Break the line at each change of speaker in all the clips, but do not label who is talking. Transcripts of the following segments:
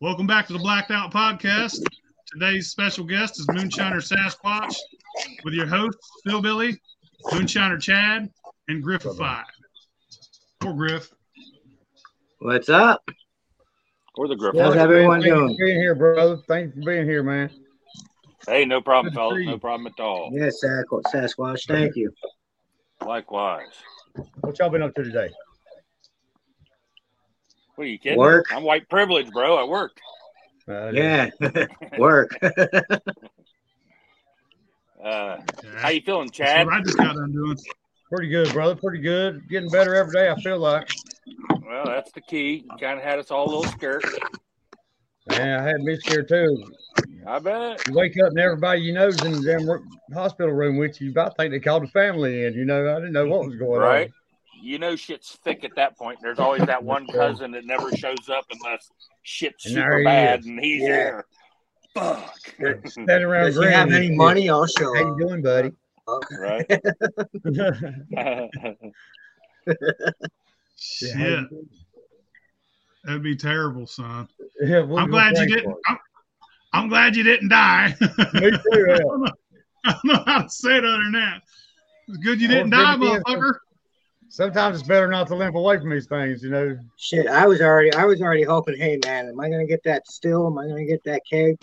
Welcome back to the Blacked Out Podcast. Today's special guest is Moonshiner Sasquatch with your hosts, Phil Billy, Moonshiner Chad, and Griffify. Poor Griff.
What's up?
Or the Griffin.
How's everyone
Thank you for
doing?
being here, brother. Thanks for being here, man.
Hey, no problem, fellas. No problem at all.
Yes, Sasqu- Sasquatch. Thank you.
Likewise.
What y'all been up to today?
What are you kidding?
Work.
I'm white privileged, bro. I work.
Uh,
Yeah, work.
Uh, how
Yeah.
you feeling,
That's
Chad?
what I just got done doing.
Pretty good, brother. Pretty good. Getting better every day, I feel like.
Well, that's the key. You kind of had us all a little scared.
Man, I had me scared too.
I bet.
You wake up and everybody you know's in the damn ro- hospital room with you. I think they called the family in. You know, I didn't know what was going
Right. You know shit's thick at that point. There's always that one cousin that never shows up unless shit's
And there
super
he
bad
is.
and he's
Yeah.
there. Fuck.
on. Standing around.
Does he have
grinning.
any money? I'll show
How you
up.
doing, buddy?
Right.
Shit. That'd be terrible, son.
Yeah, what
I'm
we gonna
glad you
prank
didn't.
for?
I'm, I'm glad you didn't die.
Me too, yeah.
I, don't know, I don't know how to say it other than that. It's good you
Well,
didn't die,
good to be-
motherfucker.
Sometimes it's better not to limp away from these things, you know.
Shit, I was already, I was already hoping. Hey, man, am I gonna get that still? Am I gonna get that keg?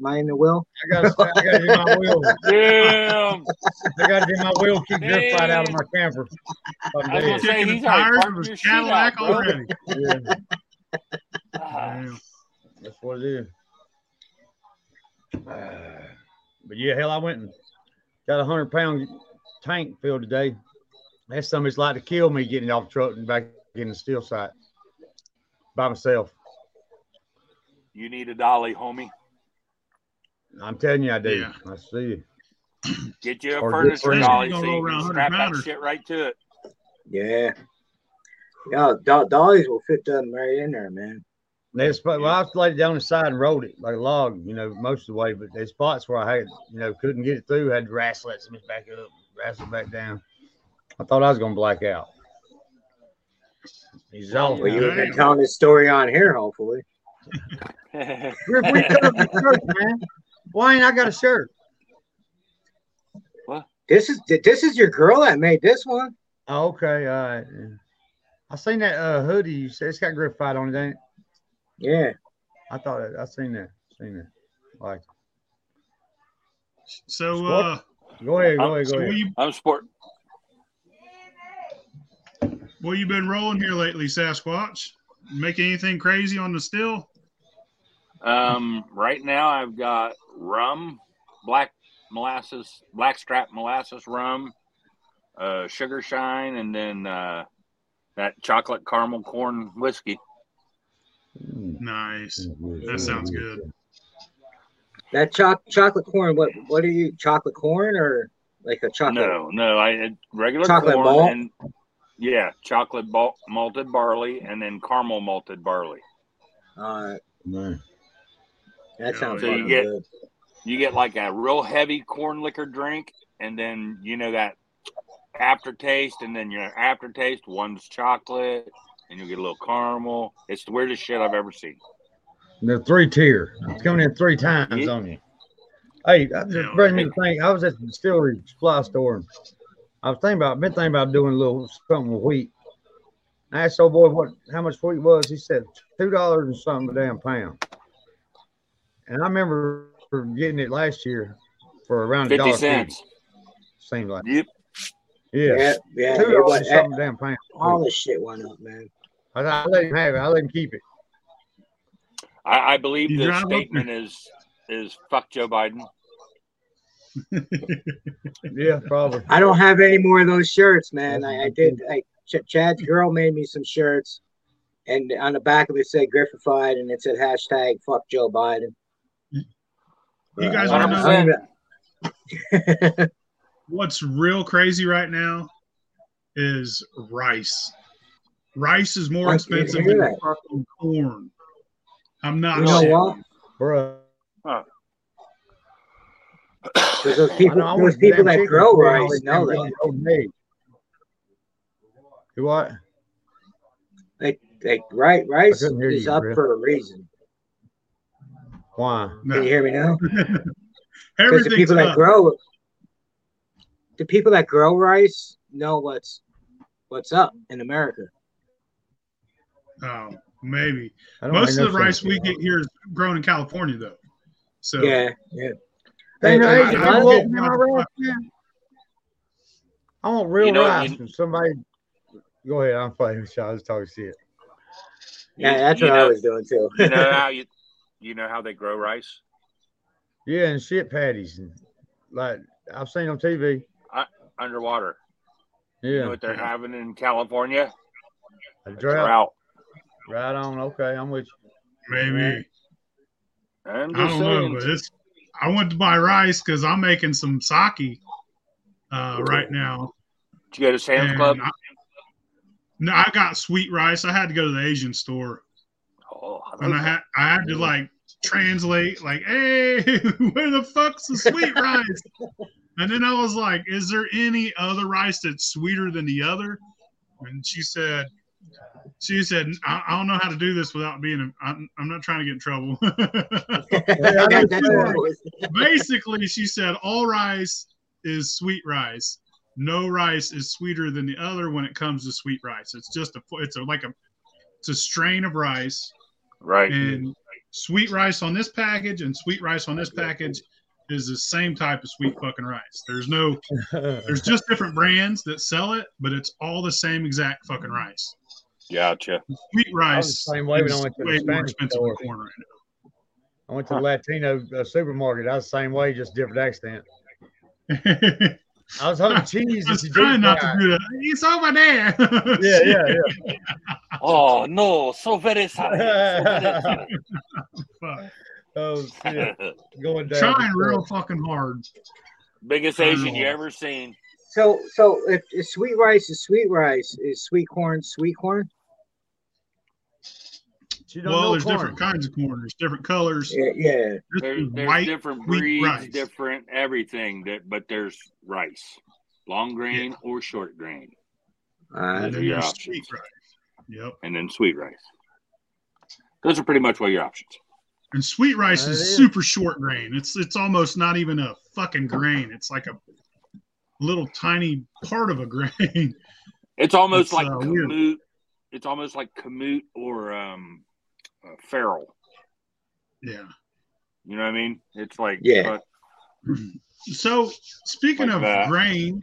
Am I in the will?
I gotta, I gotta do my will.
Damn.
I gotta do my will. to Keep this fight out of my camper. I'm
I
dead.
was gonna say,
Kicking the
he's
tires
already
of
parked
his
your shit out,
Cadillac
bro.
already.
Yeah.
Ah,
Damn.
That's what it is. Uh, But yeah, hell, I went and got a hundred pound tank filled today. That's something that's like to kill me getting off the truck and back in the steel site by myself.
You need a dolly, homie.
I'm telling you, I do.
Yeah.
I see you.
Get you a
Or get
furniture
friends.
dolly
Gonna
so
roll
you
around
can
100
strap that
pounder.
shit right to it.
Yeah. Yeah, do- dollies will fit them right in there, man.
And There's spot, well, I was laid it down the side and rolled it like a log, you know, most of the way. But there's spots where I had, you know, couldn't get it through. Had to wrestle it, something back up, wrestle it back down. I thought I was gonna black out. Exhausted.
Well, you've been
Damn.
telling this story on here, hopefully.
Griff, we covered the shirt, man. Why ain't I got a shirt?
This is this is your girl that made this one.
Oh, okay, all right. yeah. I seen that uh, hoodie you said it's got Griff fight on it, ain't it?
Yeah.
I thought that, I seen that. Seen that. Like,
So, uh,
go ahead,
I'm-
go ahead,
so
go
what
ahead.
you
I'm sport.
what you been rolling here lately, Sasquatch? Make anything crazy on the still?
Um, right now I've got rum, black molasses, black strap molasses rum, uh, sugar shine, and then uh, that chocolate caramel corn whiskey.
Mm.
Nice. That sounds good.
That choc chocolate corn. What what are you? Chocolate corn or like a chocolate?
No, no, I had regular
Chocolate
corn
malt?
and yeah, chocolate bal- malted barley, and then caramel malted barley.
Uh,
Man.
that
Yeah,
sounds
so you
fucking
get-
good.
You get like a real heavy corn liquor drink, and then you know that aftertaste, and then your aftertaste one's chocolate, and you get a little caramel. It's the weirdest shit I've ever seen.
The three tier. It's coming in three times
Yeah.
on you. Hey, I just
Yeah.
bring me the thing. I was at the distillery supply store. And I was thinking about, been thinking about doing a little something with wheat. I asked old boy what how much wheat was. He said two dollars and something a damn pound. And I remember getting it last year for around a
Fifty
dollar
cents.
Seemed like
Yep.
yeah,
Yeah, yeah.
two
it
dollars
was-
and something a damn pound.
all this shit went up, man.
I, I let him have it. I let him keep it.
I, I believe
You
the
drive up
statement is is fuck Joe Biden.
Yeah, probably.
I don't have any more of those shirts, man. I, I did. I, Ch- Chad's girl made me some shirts, and on the back of it said Griffified, and it said hashtag fuck Joe Biden. Uh,
You guys
I-
want to know
I-
what's real crazy right now? Is rice. Rice is more
I can
expensive than
hear that.
fucking corn. I'm not
You know
shitting.
what?
Bruh.
Because those
I
people,
know, I
those
want
people
damn
that
chicken
grow
before I
rice
eat
know
damn
that.
rotten egg. You what?
Like, like right, rice
I couldn't hear
is
you,
up
Griff.
for a reason.
Why?
Can you
No.
hear me now? Because the
Everything's
people that
up.
grow, the people that grow rice know what's what's up in America.
Oh, maybe.
I don't
Most
make no
of the rice
sense.
we get here is grown in California, though. So
Yeah, yeah.
They
And-
know,
and
hey,
a
I-
lot
I
of
want
it-
my rice, man. I want real
You know,
rice
you-
and somebody. Go ahead, I'm playing with you. I was talking shit.
yeah, that's what
you
I
know,
was doing too.
you know how you, you know how they grow rice.
Yeah, and shit patties. And, like, I've seen on TV.
underwater. You know
Yeah,
what they're having in California?
a
A
drought.
drought.
Right on. Okay, I'm with you.
maybe.
I'm
I
just
don't
saying.
know, but it's. I went to buy rice because I'm making some sake uh, right now.
Did you go to Sam's
And
Club?
I- no, I got sweet rice. I had to go to the Asian store,
oh, I
and I
love
had I had to like translate, like, "Hey, where the fuck's the sweet rice?" And then I was like, "Is there any other rice that's sweeter than the other?" And she said, "She said I, I don't know how to do this without being. A, I'm, I'm not trying to get in trouble."
Hey, I
That-
got
that's
you.
what I was-
basically she said all rice is sweet rice no rice is sweeter than the other when it comes to sweet rice it's just a it's a, like a it's a strain of rice
right.
and sweet rice on this package and sweet rice on this package is the same type of sweet fucking rice there's no there's just different brands that sell it but it's all the same exact fucking rice
Gotcha.
sweet
was
rice
the same way when I
is
went to the
way more
Spanish
expensive
store.
than corn right now.
I went to the Latino uh, supermarket. I was the same way, just different accent. I was hoping cheese.
I
is
was
deep
trying not to
fried.
do that. It's over there.
Yeah, yeah, yeah.
Oh no, so very sorry. So very sorry.
Fuck.
Oh shit, going down.
Trying real fucking hard.
Biggest Asian you ever seen.
So, so if, if sweet rice is sweet rice, is sweet corn sweet corn?
She don't
Well,
know
there's
corn.
different kinds of corn. There's different colors.
Yeah, yeah.
This
There,
is
there's
white.
different
wheat
breeds,
rice.
different everything. That, but there's rice, long grain or short grain,
Uh,
and then
your
there's
options.
sweet rice. Yep.
and then sweet rice. Those are pretty much what your options.
And sweet rice
That
is,
is.
super short grain. It's it's almost not even a fucking grain. It's like a little tiny part of a grain.
It's
It's,
almost like
uh, weird.
kamut. It's almost like kamut or um, uh, farrel.
yeah.
You know what I mean? It's like
Yeah.
uh,
So speaking
Like
of
that.
grain,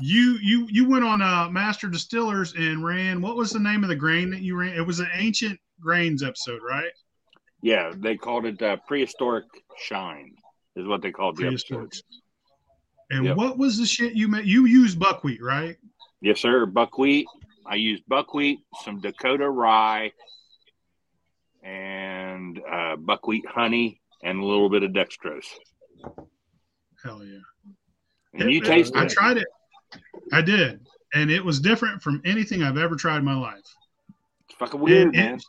you you you went on uh, Master Distillers and ran. What was the name of the grain that you ran? It was an ancient grains episode, right?
yeah, they called it uh, prehistoric shine. Is what they called the episode.
Prehistoric. And
Yep.
what was the shit you made? You used buckwheat, right?
Yes, sir. Buckwheat. I used buckwheat, some Dakota rye, and uh, buckwheat honey, and a little bit of dextrose.
Hell yeah!
And you
It- it-
taste
I
it.
tried it. I did, and it was different from anything I've ever tried in my life.
It's fucking weird,
it-
man.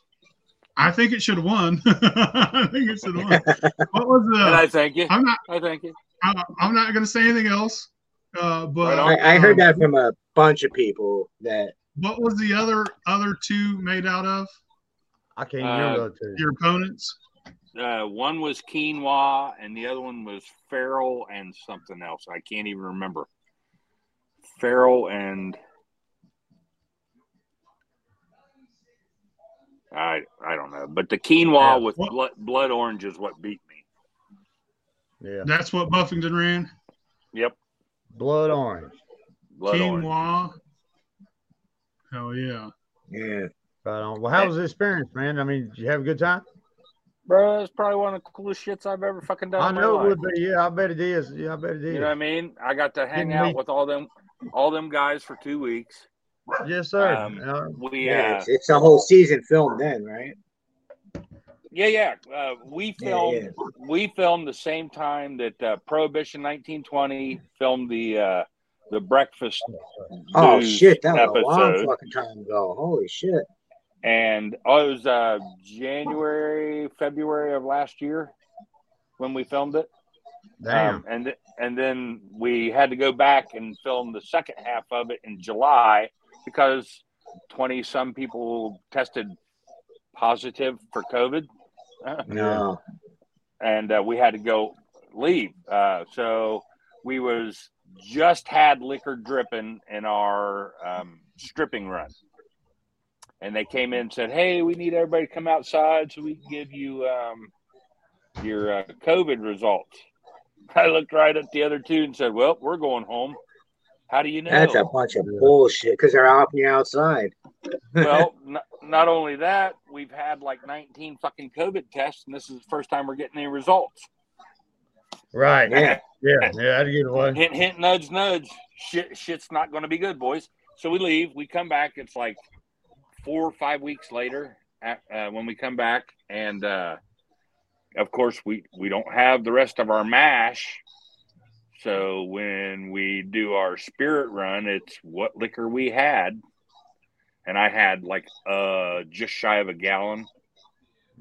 I think it should have won. I think it should have won. What was
and
the?
I thank you.
I'm not.
I thank you.
I, I'm not going to say anything else. Uh, but
Right
I, I heard
um,
that from a bunch of people that
What was the other other two made out of?
I can't
Uh,
remember the two.
Your opponents?
Uh, one was quinoa, and the other one was farrel and something else. I can't even remember. Farrel and I I don't know, but the quinoa
Yeah.
with
What-
blood, blood orange is what beat me.
Yeah,
That's what Buffington ran.
Yep,
blood orange.
blood orange.
Quinoa. Hell yeah.
yeah.
Right on. Well, how was the experience, man? I mean, did you have a good time?
Bro, it's probably one of the coolest shits I've ever fucking done.
I
in my
know it
life.
would be. Yeah, I bet it is. Yeah, I bet it is.
You know what I mean? I got to hang
Didn't
out
we-
with all them, all them guys for two weeks.
Yes, sir.
Um,
Uh,
We,
yeah,
yeah,
It's, it's a whole season filmed then, right?
yeah, yeah. Uh, we
Yeah,
filmed,
yeah.
we filmed the same time that uh, Prohibition 1920 filmed the uh, the Breakfast.
Oh
Blues
shit, that was a long
episode.
fucking time ago. Holy shit.
and oh, it was uh, January, February of last year when we filmed it.
damn.
Um, and th- and then we had to go back and film the second half of it in July because twenty some people tested positive for COVID
No.
and uh, we had to go leave. Uh, so we was just had liquor dripping in our um, stripping run, and they came in and said, "Hey, we need everybody to come outside so we can give you um, your uh, COVID results." I looked right at the other two and said, "Well, we're going home." How do you know?
That's a bunch of bullshit because they're out you outside.
well, n- not only that, we've had like 19 fucking COVID tests, and this is the first time we're getting any results.
Right.
Yeah.
Yeah. Yeah. I'd get one.
Hint, hint, nudge, nudge. Shit, shit's not going to be good, boys. So we leave. We come back. It's like four or five weeks later at, uh, when we come back, and uh, of course we we don't have the rest of our mash. So when we do our spirit run, it's what liquor we had, and I had like uh just shy of a gallon.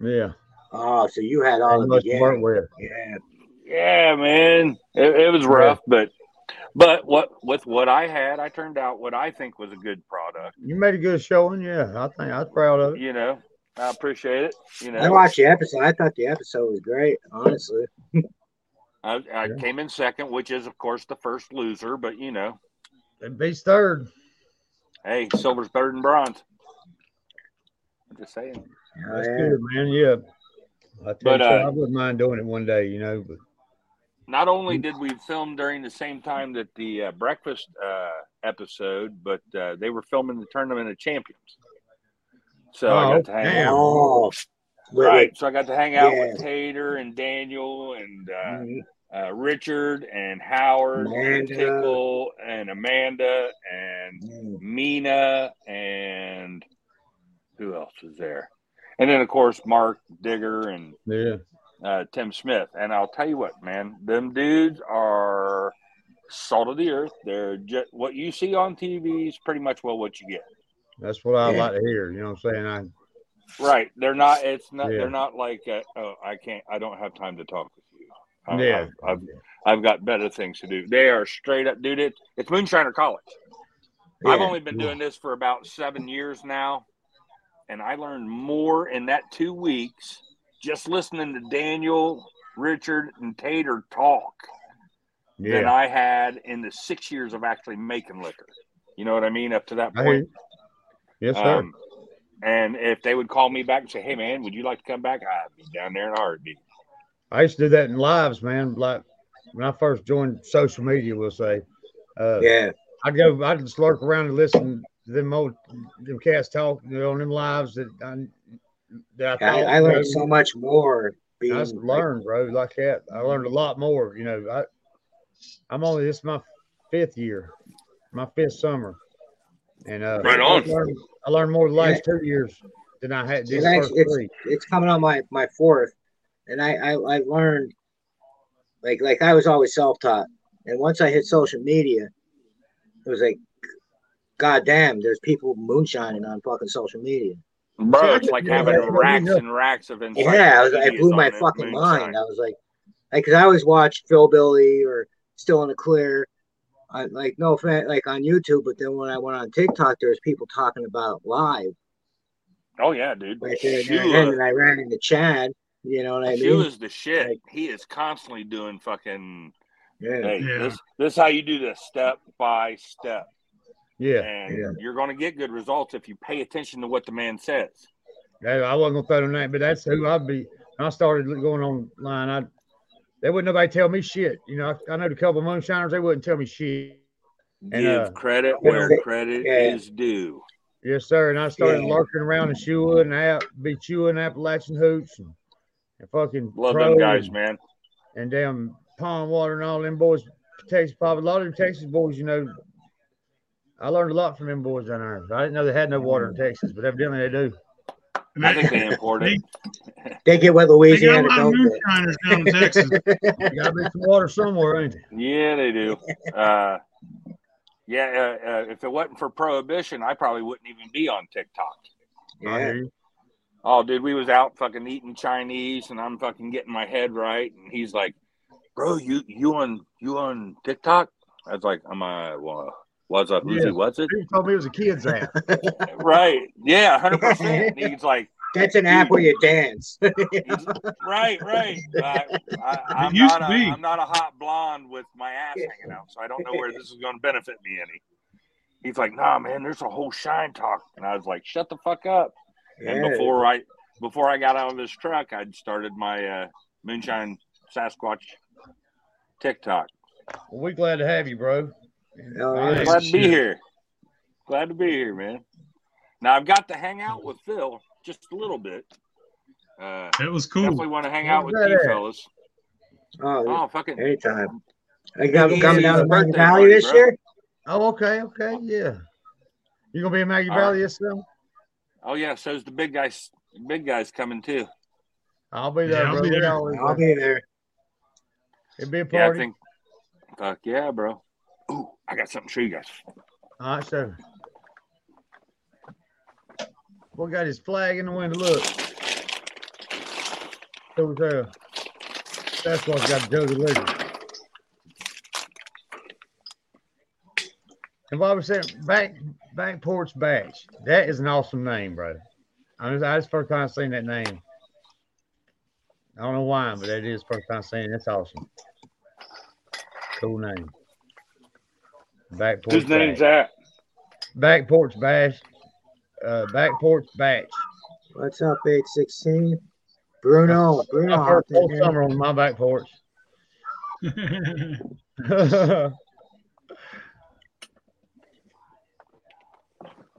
Yeah.
Oh, so you had
Uh,
all
They
of the
must work
beginning.
with.
Yeah.
Yeah, man, it, it was rough, but but what with what I had, I turned out what I think was a good product.
You made a good showing. Yeah. I think I was proud of it.
You know, I appreciate it. You
I
know,
watched the episode. I thought the episode was great, honestly.
I, I
Yeah.
came in second, which is of course the first loser, but you know,
It beats third.
hey, silver's better than bronze. I'm just saying.
Oh,
That's
yeah.
good, man. Yeah. I, tell
But,
you,
uh,
I wouldn't mind doing it one day, you know. But
Not only
Mm.
did we film during the same time that the uh, breakfast uh, episode, but uh, they were filming the tournament of champions. So I
Oh,
got to hang out.
damn.
Oh, with
right.
it.
So I got to hang out
Yeah.
with Tater and Daniel and uh,
Mhm.
uh, Richard and Howard and
Amanda.
Tickle and Amanda and
Mhm.
Mina and who else was there? And then of course Mark Digger and
yeah.
uh, Tim Smith. And I'll tell you what, man, them dudes are salt of the earth. They're just what you see on TV is pretty much well what you get.
That's what I
Yeah.
like to hear. You know what I'm saying? I,
Right. They're not. It's not.
Yeah.
They're not like. Uh, oh, I can't. I don't have time to talk with you. I,
Yeah.
I've, I've, I've got better things to do. They are straight up, dude. It, it's Moonshiner College. I've
Yeah.
only been doing this for about seven years now, and I learned more in that two weeks just listening to Daniel, Richard, and Tater talk than
yeah.
I had in the six years of actually making liquor. You know what I mean? Up to that
I hear
point.
you. Yes, sir.
Um, and if they would call me back and say, "Hey, man, would you like to come back?" I'd be down there in a heartbeat.
I used to do that in lives, man. Like when I first joined social media, we'll say, uh,
Yeah.
I'd go, I'd just lurk around and listen to them old, them cats talk you know, on them lives that I, that I,
I,
thought,
I
you
learned
know,
so much more. Being,
I just learned, bro, like that. I learned a lot more, you know. I, I'm only this is my fifth year, my fifth summer, and uh,
Right on.
I learned, I learned more the last two years than I had these
It's
first
actually- it's-
three.
it's coming on my my fourth, and I I, I learned like like I was always self taught, and once I hit social media, it was like, god damn, there's people moonshining on fucking social media.
See,
Bro,
I
it's like
didn't
having
know that.
racks and racks of
Yeah, I, was, I
encyclopedias
blew my
on that
fucking
moonshine.
mind. I was like, like, cause I always watched Phil Billy or Still in the Clear, I, like no offense, like on YouTube, but then when I went on TikTok, there was people talking about it live
Oh yeah, dude.
right there, and there, and then,
Shula,
and I ran into Chad. You know what I mean?
Shula's the shit.
Like-
he is constantly doing fucking.
Yeah.
Hey,
Yeah.
this this how you do this step by step,
Yeah,
and
yeah.
you're going to get good results if you pay attention to what the man says.
Hey, I wasn't gonna throw the name, but that's who I'd be. When I started going online, I they wouldn't nobody tell me shit. You know, I, I know the couple of moonshiners, they wouldn't tell me shit. And,
Give
uh,
credit
you
where
know-
credit
Yeah.
is due.
Yes, sir. And I started
Yeah.
lurking around in Shua and app, be chewing Appalachian hoops and, and fucking
Love
Pro
them guys,
and,
man.
and damn pond water and all them boys. Texas pop a lot of them Texas boys, you know. I learned a lot from them boys down there. I didn't know they had no water in Texas, but evidently they do.
And
I
they,
think they import
they-
it.
They get what
they got a
Louisiana
lot of
don't get.
moonshiners down in Texas.
You gotta be some water somewhere, ain't it?
Yeah, they do. Uh, yeah, uh, uh, if it wasn't for prohibition, I probably wouldn't even be on TikTok.
I
Yeah.
hear you.
Oh, dude, we was out fucking eating Chinese, and I'm fucking getting my head right, and he's like, "Bro, you you on you on TikTok?" I was like, "I'm a well, what's up, Uzi?
Yeah.
What's it?"
People told me it was a kid's app.
right? Yeah, hundred percent. He's like,
That's an app where you dance.
right, right. I, I,
It
am
used
not
to
a,
be.
I'm not a hot blonde with my ass hanging out, so I don't know where this is going to benefit me any. He's like, nah, man, there's a whole shine talk, and I was like, shut the fuck up. And
Yeah.
before I before I got out of this truck, I'd started my uh, moonshine Sasquatch TikTok.
Well, we glad to have you, bro.
Oh,
Nice.
yeah.
Glad to be
shit.
here. Glad to be here, man. Now I've got to hang out with Phil just a little bit. Uh,
That was
definitely
cool.
want to hang out with
Where's
you
that at?
fellas.
oh
Oh, fucking
anytime. I got
Yeah,
coming down
yeah,
to Mountain
birthday
Valley
party,
this
bro.
year.
Oh, okay, okay, yeah. You gonna be in Maggie
All
Valley yourself?
Oh yeah, so's the big guys. Big guys coming too.
I'll be
Yeah,
there,
I'll
bro.
be
We
there.
always
I'll
there.
be there.
It'll be a
Yeah, I
party.
think. Fuck yeah, bro. Ooh, I got something to show you guys.
All right, sir. We got his flag in the window. Look. Over there. That's what's got Jody Liquor. And Bobby said, Back Back Porch Batch. That is an awesome name, bro. I was I just first time seeing that name. I don't know why, but that is first time seeing it. That's awesome. Cool name. Back Porch
Whose name's
Batch.
that?
Back porch bash. Uh, back porch batch.
What's up, eight sixteen? Bruno, Bruno,
I
Ah,
first
hopped in
whole
here.
summer on my back porch.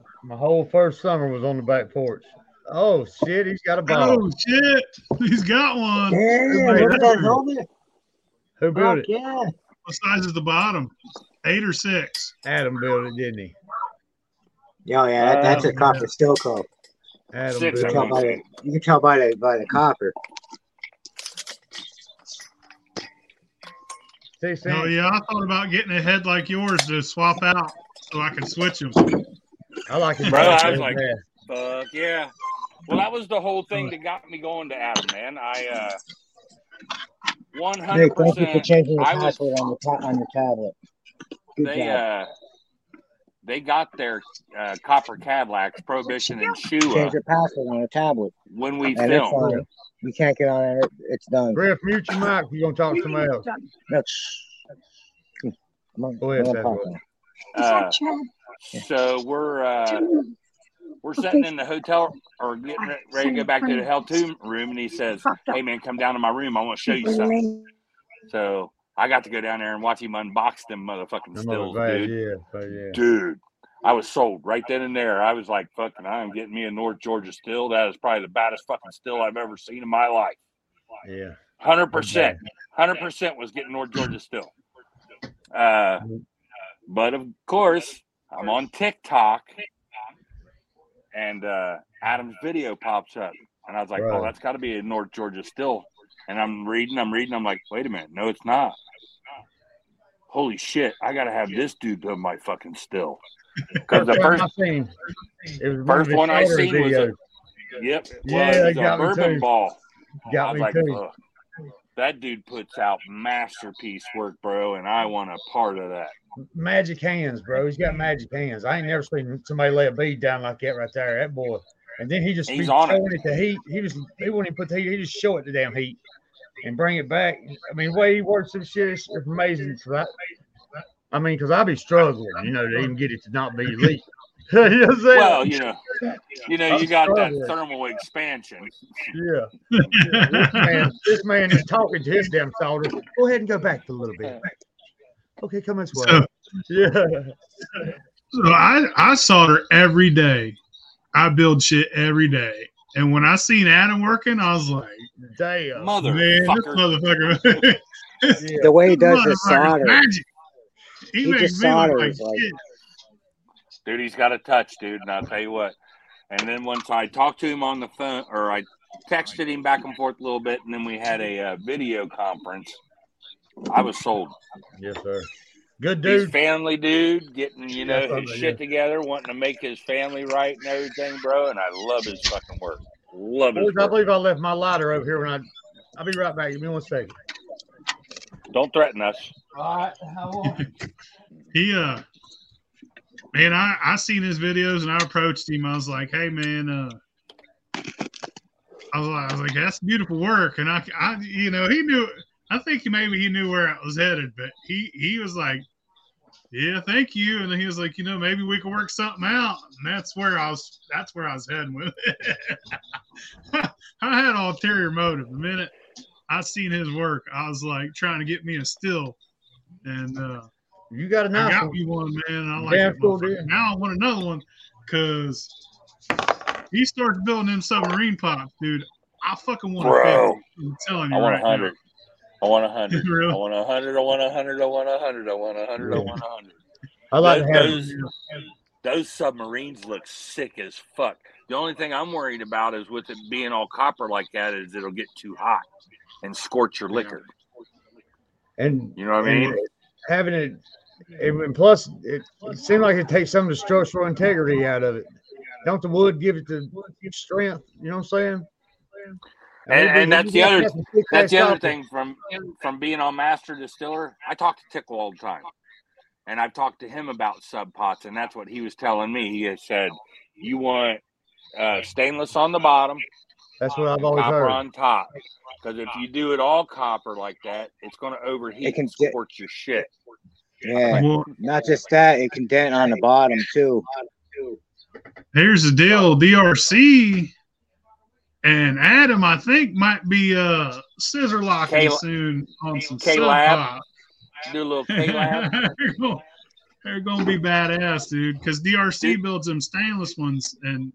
my whole first summer was on the back porch. Oh shit, he's got a ball.
oh shit, he's got one.
Yeah,
Hey,
look at that
that's-
helmet.
Who built
Fuck
it?
yeah.
What size is the bottom? Eight or six?
Adam built it, didn't he?
Yeah, oh, yeah,
Uh,
that, that's a
Um,
copper steel coat.
Adam
Six,
You
built it.
can
I
tell
want
by the you can tell by the by the copper.
Six
Oh
inch.
yeah, I thought about getting a head like yours to swap out so I can switch them.
I like it.
Bro, I was like- Fuck yeah. Well, that was the whole thing that got me going to Adam, man. I uh, one
Nick,
hundred
thank you for
percent.
changing the
I was-
password on the ta- on your tablet. Good
They
job.
uh, they got their uh, copper Cadillacs, Prohibition and Shua
Change your password on the tablet,
when we
and it's
filmed.
on. it. You can't get on it. It's done.
Griff, mute your mic. You're gonna talk to somebody else.
That's. I'm on,
Go ahead,
I'm
Seth.
on podcast.
Uh, so we're uh, we're sitting in the hotel or getting re- ready to go back to the hotel room, and he says, "Hey man, come down to my room. I want to show you something." So I got to go down there and watch him unbox them motherfucking
I'm
stills,
over
dude.
Yeah, so yeah.
Dude, I was sold right then and there. I was like, "Fucking, I'm getting me a North Georgia still. That is probably the baddest fucking still I've ever seen in my life.
Yeah.
Hundred percent, hundred percent was getting North Georgia still." Uh, but of course, I'm on TikTok, and uh, Adam's video pops up, and I was like,
Right.
"Oh, that's got to be a North Georgia still." And I'm reading, I'm reading, I'm like, "Wait a minute, no, it's not." Holy shit! I gotta have this dude build my fucking still because the
First one
first,
I seen. It was
first one I
shorter
seen was a-
videos.
yep,
Yeah,
was
they
a
got me
bourbon
too.
ball. I
got
was
me
like,
too.
"Ugh, that dude puts out masterpiece work, bro, and I want a part of that.
Magic hands, bro. He's got magic hands. I ain't never seen somebody lay a bead down like that right there. That boy. And then he just
He's
be
on it.
throwing it. to heat. He just he wouldn't even put the heat. He just show it the damn heat and bring it back. I mean, the way he works some shit is it's amazing. 'cause I, I mean, because I be struggling, you know, to even get it to not be leak. you know what I'm saying?
Well, you know, you know, you got that
struggling.
thermal expansion.
yeah. This man, this man is talking to his damn solder. Go ahead and go back a little bit. Okay, come this way.
So-
yeah.
So I, I solder every day. I build shit every day. And when I seen Adam working, I was like,
Damn.
Motherfucker.
man, this motherfucker.
Yeah.
The way he does
Motherfucker's
the solder,
magic. He,
He
makes
just
me look like
solders, like-
shit.
dude. He's got a touch, dude. And I'll tell you what. And then once I talked to him on the phone, or I texted him back and forth a little bit, and then we had a uh, video conference. I was sold.
Yes, sir. Good
He's
dude.
family dude, getting you know
Yeah,
his
something,
shit together, wanting to make his family right and everything, bro. And I love his fucking work. Love his
Boys, I
work.
believe I left my lighter over here when I. I'll be right back. Give me one second.
Don't threaten us.
All right. How long?
He, uh, man, I, I seen his videos and I approached him. I was like, hey, man, uh, I was like, I was like that's beautiful work, and I, I, you know, he knew. I think maybe he knew where I was headed, but he he was like, yeah, thank you, and then he was like, you know, maybe we could work something out, and that's where I was. That's where I was heading with it. I had ulterior motive. The minute I seen his work, I was like trying to get me a still, and. uh
You got a
I
nice
got
one.
me one, man. I like
Damn
it.
cool,
motherfucker.
dude.
Now I want another one because he starts building them submarine pops, dude. I fucking want
Bro.
a 50. I'm telling you.
I want
right
a hundred. I want a hundred.
Really?
I want a hundred. I want a hundred. I want a hundred. I want a hundred. I want a hundred.
I like to have.
those, those submarines look sick as fuck. The only thing I'm worried about is with it being all copper like that is it'll get too hot and scorch your liquor.
And
You know what I mean?
and having it, and and plus, it, it seemed like it takes some of the structural integrity out of it. Don't the wood give it the strength? You know what I'm saying?
And-
Maybe
and that's the
you
other-
got some thick
That's the
ass
other
copper.
thing from from being on Master Distiller. I talk to Tickle all the time, and I've talked to him about sub pots, and that's what he was telling me. He had said, "You want uh, stainless on the bottom,
That's what I've always
copper
heard.
on top, because if you do it all copper like that, it's going to overheat
It can
and
get-
scorch your shit."
Yeah.
Well,
Not just that, it can dent on the bottom too.
here's the deal. DRC and Adam, I think, might be uh scissor locking
K-
soon on some
K-
sub
Lab.
pop.
Do a little K lab.
they're, gonna, they're gonna be badass, dude. Because DRC builds them stainless ones, and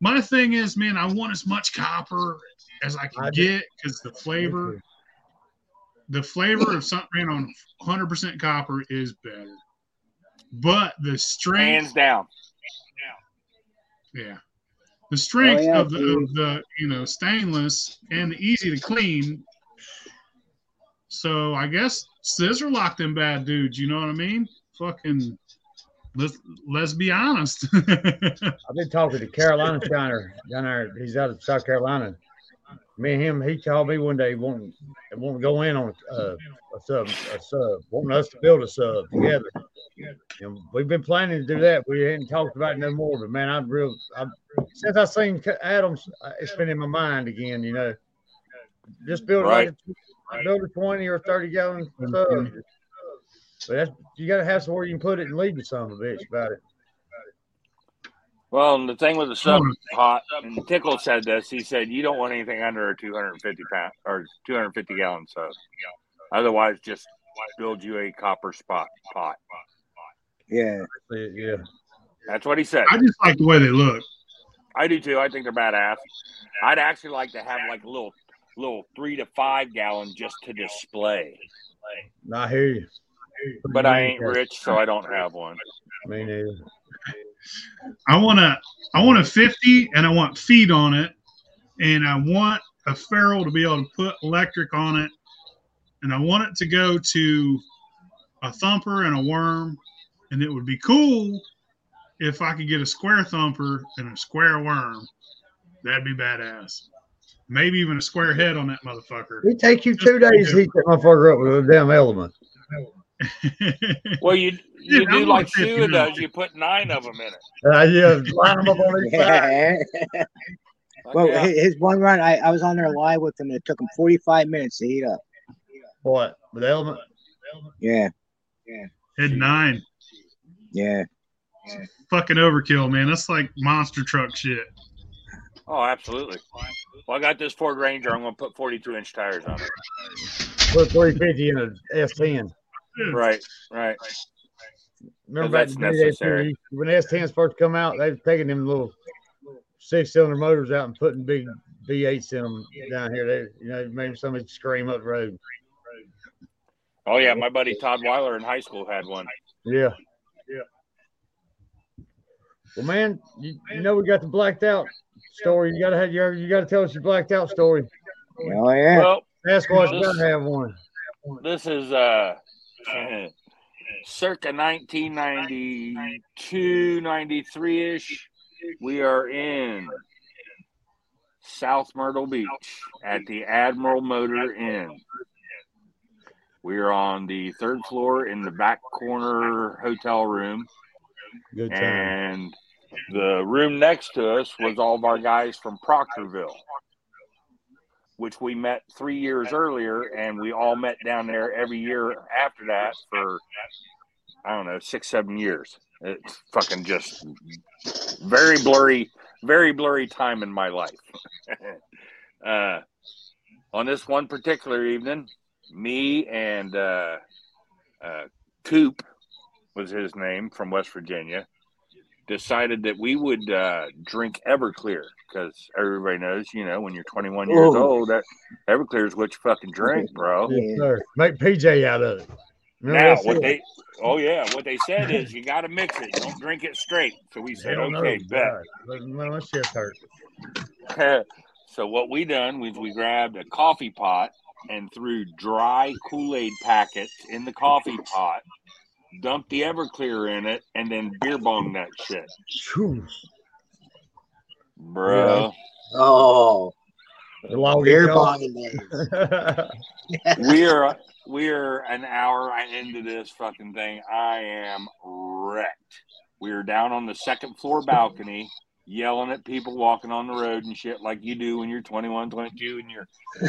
my thing is, man, I want as much copper as I can
I do.
get because the flavor, the flavor of something on 100% copper is better. But the
hands
strength,
down.
yeah, the strength
Oh, yeah,
of, the,
dude.
of the you know stainless and the easy to clean. So I guess scissor lock them bad dudes. You know what I mean? Fucking let's let's be honest.
I've been talking to Carolina Shiner down there. He's out of South Carolina. Me and him, he called me one day wanting wanting to go in on uh, a sub, a sub, wanting us to build a sub together. And we've been planning to do that. We hadn't talked about it no more. But man, I've real I've, since I seen C- Adams, uh, it's been in my mind again. You know, just build like a, build a twenty or thirty gallon sub. But that's, you got to have somewhere you can put it and lead to some of it about it.
Well, and the thing with the sub
Mm.
pot, and Tickle said this. He said you don't want anything under a 250 pound or 250 gallon sub. Otherwise, just build you a copper spot pot.
Yeah.
Yeah.
That's what he said.
I just like the way they look.
I do too. I think they're badass. I'd actually like to have like a little, little three to five gallon just to display.
No, I hear you.
But I ain't rich, so I don't have one.
Me neither.
I want to I want a 50 and I want feet on it and I want a ferrule to be able to put electric on it and I want it to go to a thumper and a worm and it would be cool if I could get a square thumper and a square worm. That'd be badass. Maybe even a square head on that motherfucker.
It takes you two days to heat that motherfucker up with a damn element.
Well, you you
Dude, I
do
want
like
50
Sheila
now.
does. You put nine of them in it.
And I just line them up on each side.
Yeah.
Fuck
Well,
yeah.
hi- his one run, I, I was on there live with him, and it took him 45 minutes to heat up.
What? With element?
Yeah,
Head nine.
yeah.
Fucking overkill, man. That's like monster truck shit.
Oh, absolutely. Well, I got this Ford Ranger. I'm going to put 42 inch tires on it.
Put 350 in an S10.
Right, right.
Remember back
That's
in the day,
necessary.
When the S10s first come out, they've taken them little six cylinder motors out and putting big V8s in them down here. They, you know, it made somebody scream up the road.
Oh yeah, my buddy Todd Weiler in high school had one.
Yeah. Yeah. Well, man, you, you know we got the blacked out story. You gotta have your you gotta tell us your blacked out story.
Oh, yeah.
Well,
Sasquatch gotta have one.
this is uh circa 1992, 93 ish. We are in South Myrtle Beach at the Admiral Motor Inn. We are on the third floor in the back corner hotel room.
Good time.
and the room next to us was all of our guys from Proctorville. which we met three years earlier, and we all met down there every year after that for I don't know six, seven years. It's fucking just very blurry, very blurry time in my life. uh, on this one particular evening, me and uh, uh, Coop was his name from West Virginia decided that we would uh, drink Everclear because everybody knows, you know, when you're 21 years
Oh.
old, that Everclear is what you fucking drink, bro.
Yeah.
Yes, sir. Make PJ out of it. Remember
Now,
that
what
shit?
they, oh yeah, what they said is you got to mix it. Don't drink it straight. So we said,
Hell no,
okay,
God. Look, Man, that shit hurt.
bet. so what we done was we grabbed a coffee pot and threw dry Kool Aid packets in the coffee pot, dumped the Everclear in it, and then beer bong that shit,
Phew.
bro.
Oh,
The log
beer
it cost.
bonging days.
we are we are an hour into this fucking thing. I am wrecked. We are down on the second floor balcony, yelling at people walking on the road and shit like you do when you're 21, 22, and you're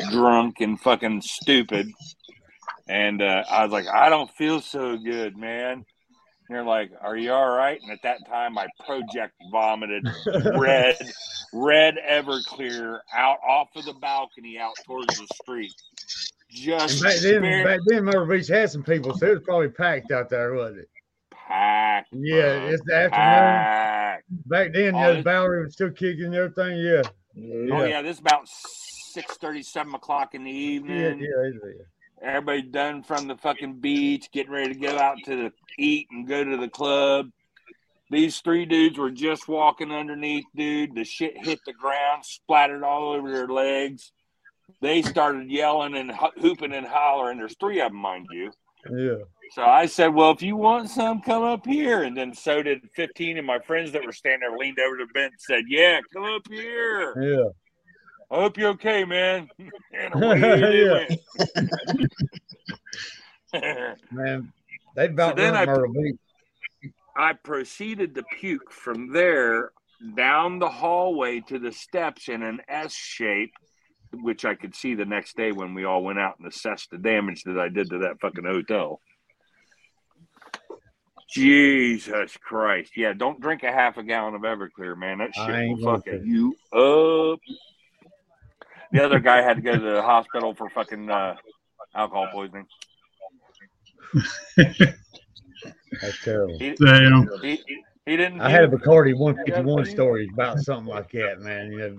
drunk and fucking stupid. And uh, I was like, I don't feel so good, man. And they're like, Are you all right? And at that time, I project vomited red, red Everclear out off of the balcony out towards the street.
And
Just
back then,
bare
back then, Myrtle Beach had some people, so it was probably packed out there, wasn't it?
packed.
Yeah,
bro.
it's the afternoon.
Uh, packed.
Back then,
All
yeah, the
it-
Bowery was still kicking and everything. Yeah,
Oh
Yeah.
yeah, this is about six thirty, seven o'clock in the
yeah, yeah,
evening.
yeah.
Everybody done from the fucking beach, getting ready to go out to the, eat and go to the club. These three dudes were just walking underneath, dude. The shit hit the ground, splattered all over their legs. They started yelling and ho- hooping and hollering. There's three of them, mind you.
yeah.
So I said, "Well, if you want some, come up here." And then so did fifteen of my friends that were standing there, leaned over the bench, said, "Yeah, come up here.
Yeah.
I hope you're okay, man." and away they
Yeah.
went.
Man, they about
then
run
I-
Myrtle Beach.
I proceeded to puke from there down the hallway to the steps in an S shape, which I could see the next day when we all went out and assessed the damage that I did to that fucking hotel. Jesus Christ. Yeah, don't drink a half a gallon of Everclear, man. That
I
shit
ain't
will
going
fucking
to.
you up. The other guy had to go to the hospital for fucking uh, alcohol poisoning.
That's terrible.
He,
Damn.
he, he didn't.
I had a
do-
Bacardi 151 story about something like that, man. You know,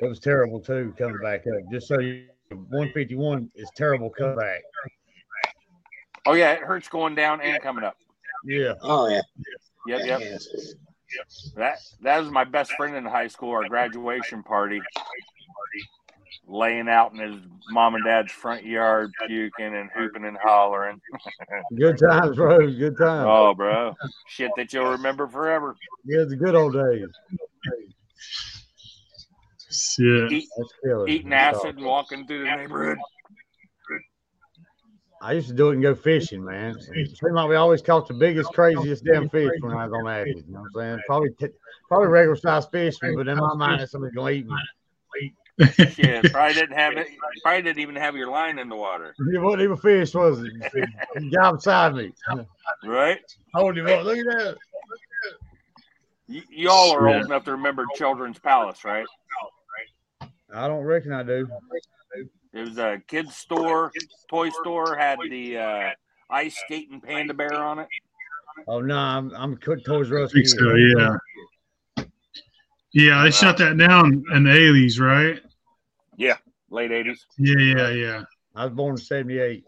it was terrible too coming back up. Just so you, 151 is terrible comeback.
Oh yeah, it hurts going down and coming up.
Yeah,
Oh yeah.
Yep, yep.
Yeah.
That that was my best friend in high school, our graduation party. Laying out in his mom and dad's front yard, puking and hooping and hollering.
good times, Rose. Good times.
Oh, bro, shit that you'll remember forever.
Yeah, the good old days.
Shit.
Eat,
That's killer.
eating
That's
acid and
awful.
walking through the neighborhood.
I used to do it and go fishing, man. It seemed like we always caught the biggest, craziest damn fish when I was on acid. You know what I'm saying? Probably, t- probably regular size fishing, but in my mind, somebody's gonna eat me.
Shit, probably didn't have it. Probably didn't even have your line in the water,
It wasn't even fish, was it? The guy beside me.
right?
Hold him up. Look at that.
Y- y'all are
Yeah.
old enough to remember Children's Palace, right?
I don't reckon I do.
It was a kids store, toy store had the uh, ice skating panda bear on it.
Oh no, I'm I'm cooked Toys R
I
Us.
think so, yeah. Yeah, they shut that down in the 80s, right?
Late '80s.
Yeah, yeah, yeah.
I was born in '78.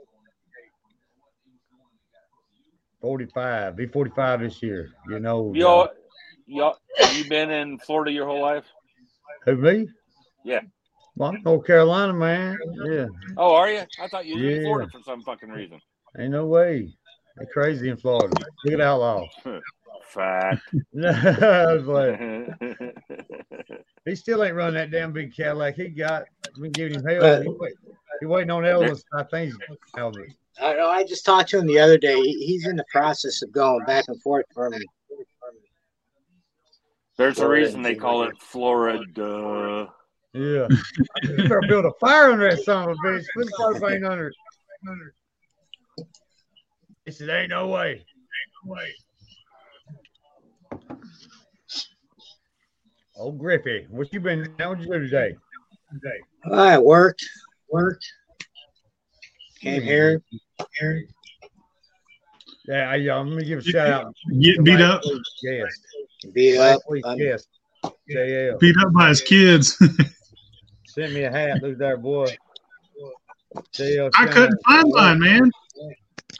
Forty-five. Be forty-five this year. You know. uh,
Y'all, y'all, have you been in Florida your whole life?
Who me?
Yeah.
Well, I'm North Carolina, man. Yeah.
Oh, are you? I thought you were in
Yeah.
Florida for some fucking reason.
Ain't no way. They're crazy in Florida. Look at outlaw.
Fact.
I was like,
yeah,
he still ain't run that damn big Cadillac. He got. Been giving him
But-
hell. He, wait, he waiting on Elvis. I think he's Elvis.
I know. I just talked to him the other day. He- He's in the process of going back and forth from.
there's a
Florida
reason they call it Florida.
Yeah. you better build a fire under that son of a bitch. Put the propane under it. He said, Ain't no way. Oh, Grippy, what you been? What you do today? Today.
I worked, worked. Came here, here.
Yeah, I, uh, let me give a shout out.
Getting beat up,
Yes.
Beat up. I'm-
Yes. JL
beat up by his kids.
sent me a hat. Look there, boy. JL
I
sent
couldn't
me a-
find mine, man.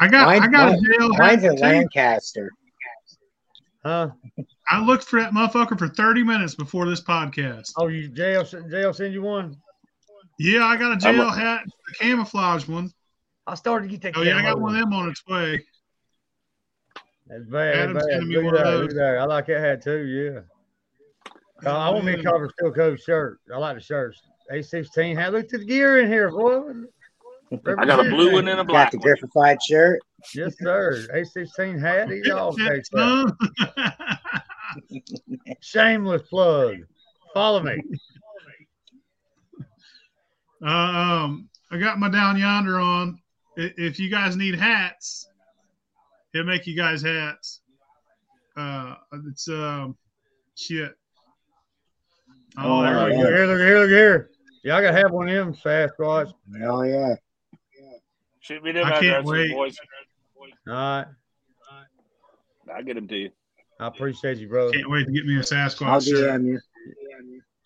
I got I got a jail hat.
Mine's a
too.
Lancaster.
Huh?
I looked for that motherfucker for 30 minutes before this podcast.
Oh, you JL sent- JL send you one.
Yeah, I got a jail hat, a camouflage one.
I started to get that.
Oh yeah, I got
camo.
one of them on its way.
That's bad.
Adam's
bad.
sending me
Look
one of
there,
those.
look there. I like that hat too. Yeah. Uh, I want me a copper steel coat shirt. I like the shirts. A16 hat. Look at the gear in here, boy.
I got a blue one and a
Got
black
the
one.
griffified shirt.
Yes, sir. A16 hat. He's all
Shit,
face up.
son.
Shameless plug. Follow me.
Uh, um, I got my down yonder on. I- If you guys need hats, he'll make you guys hats. Uh, it's um, shit.
Oh,
Oh, there
Look
we go.
here, look here, look here. Yeah, I gotta have one of them Sasquatch.
Oh yeah.
Shoot me them
I can't
addresses,
wait.
boys.
All right.
I'll get them to you.
I appreciate you, brother.
Can't wait to get me a
I'll
Sasquatch shirt.
DM you.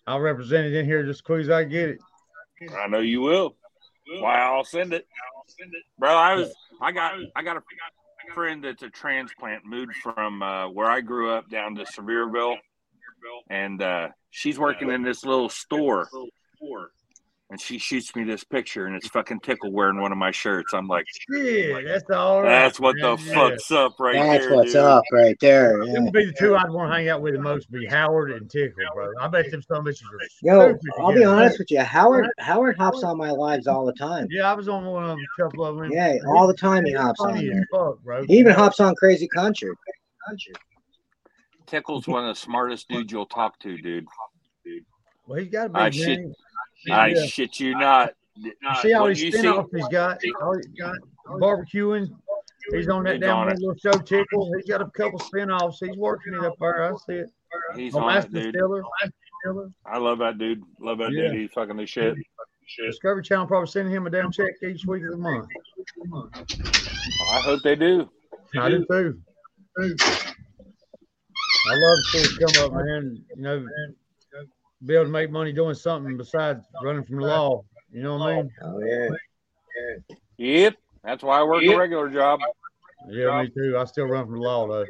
I'll represent it in here just as quick as I can get it.
I know you will. Why I'll send it. Bro, I was I got I got a friend that's a transplant moved from uh, where I grew up down to Sevierville. And uh, she's working in this little store. And she shoots me this picture and it's fucking tickle wearing one of my shirts. I'm like,
Yeah, that's all right.
that's what the
man. Yeah.
fuck's up right
That's
there.
what's
dude.
up right there.
Them
Yeah.
would be the two I'd want to hang out with the most be Howard and Tickle, bro. I bet them some bitches are
Yo,
stupid
I'll be
together.
honest with you. Howard Howard hops on my lives all the time.
Yeah, I was on one of them, a couple of them.
Yeah, all the time he
He's
hops on
funny as
there.
fuck, bro.
He even hops on Crazy Country.
Tickle's one of the smartest dudes you'll talk to, dude.
Well, he's got a big
I shit-
name.
I
Yeah.
shit you not.
see how
What
he's
you
spin
see-
off he's got. All he's got barbecuing. He's on that
He's
damn
on it.
little show tickle. He's got a couple spin offs. He's working it up there. I see it.
He's
On
on it,
Master
dude.
Distiller.
I love that dude. Love that
Yeah.
dude. He's fucking the shit.
Discovery Channel probably sending him a damn check each week of the month.
I hope they do.
I do too. I love to see it come up, man. You know, be able to make money doing something besides running from the law. You know what I mean?
Oh yeah.
Yep. That's why I work
Yep.
a regular job.
Yeah, me too. I still run from the law though.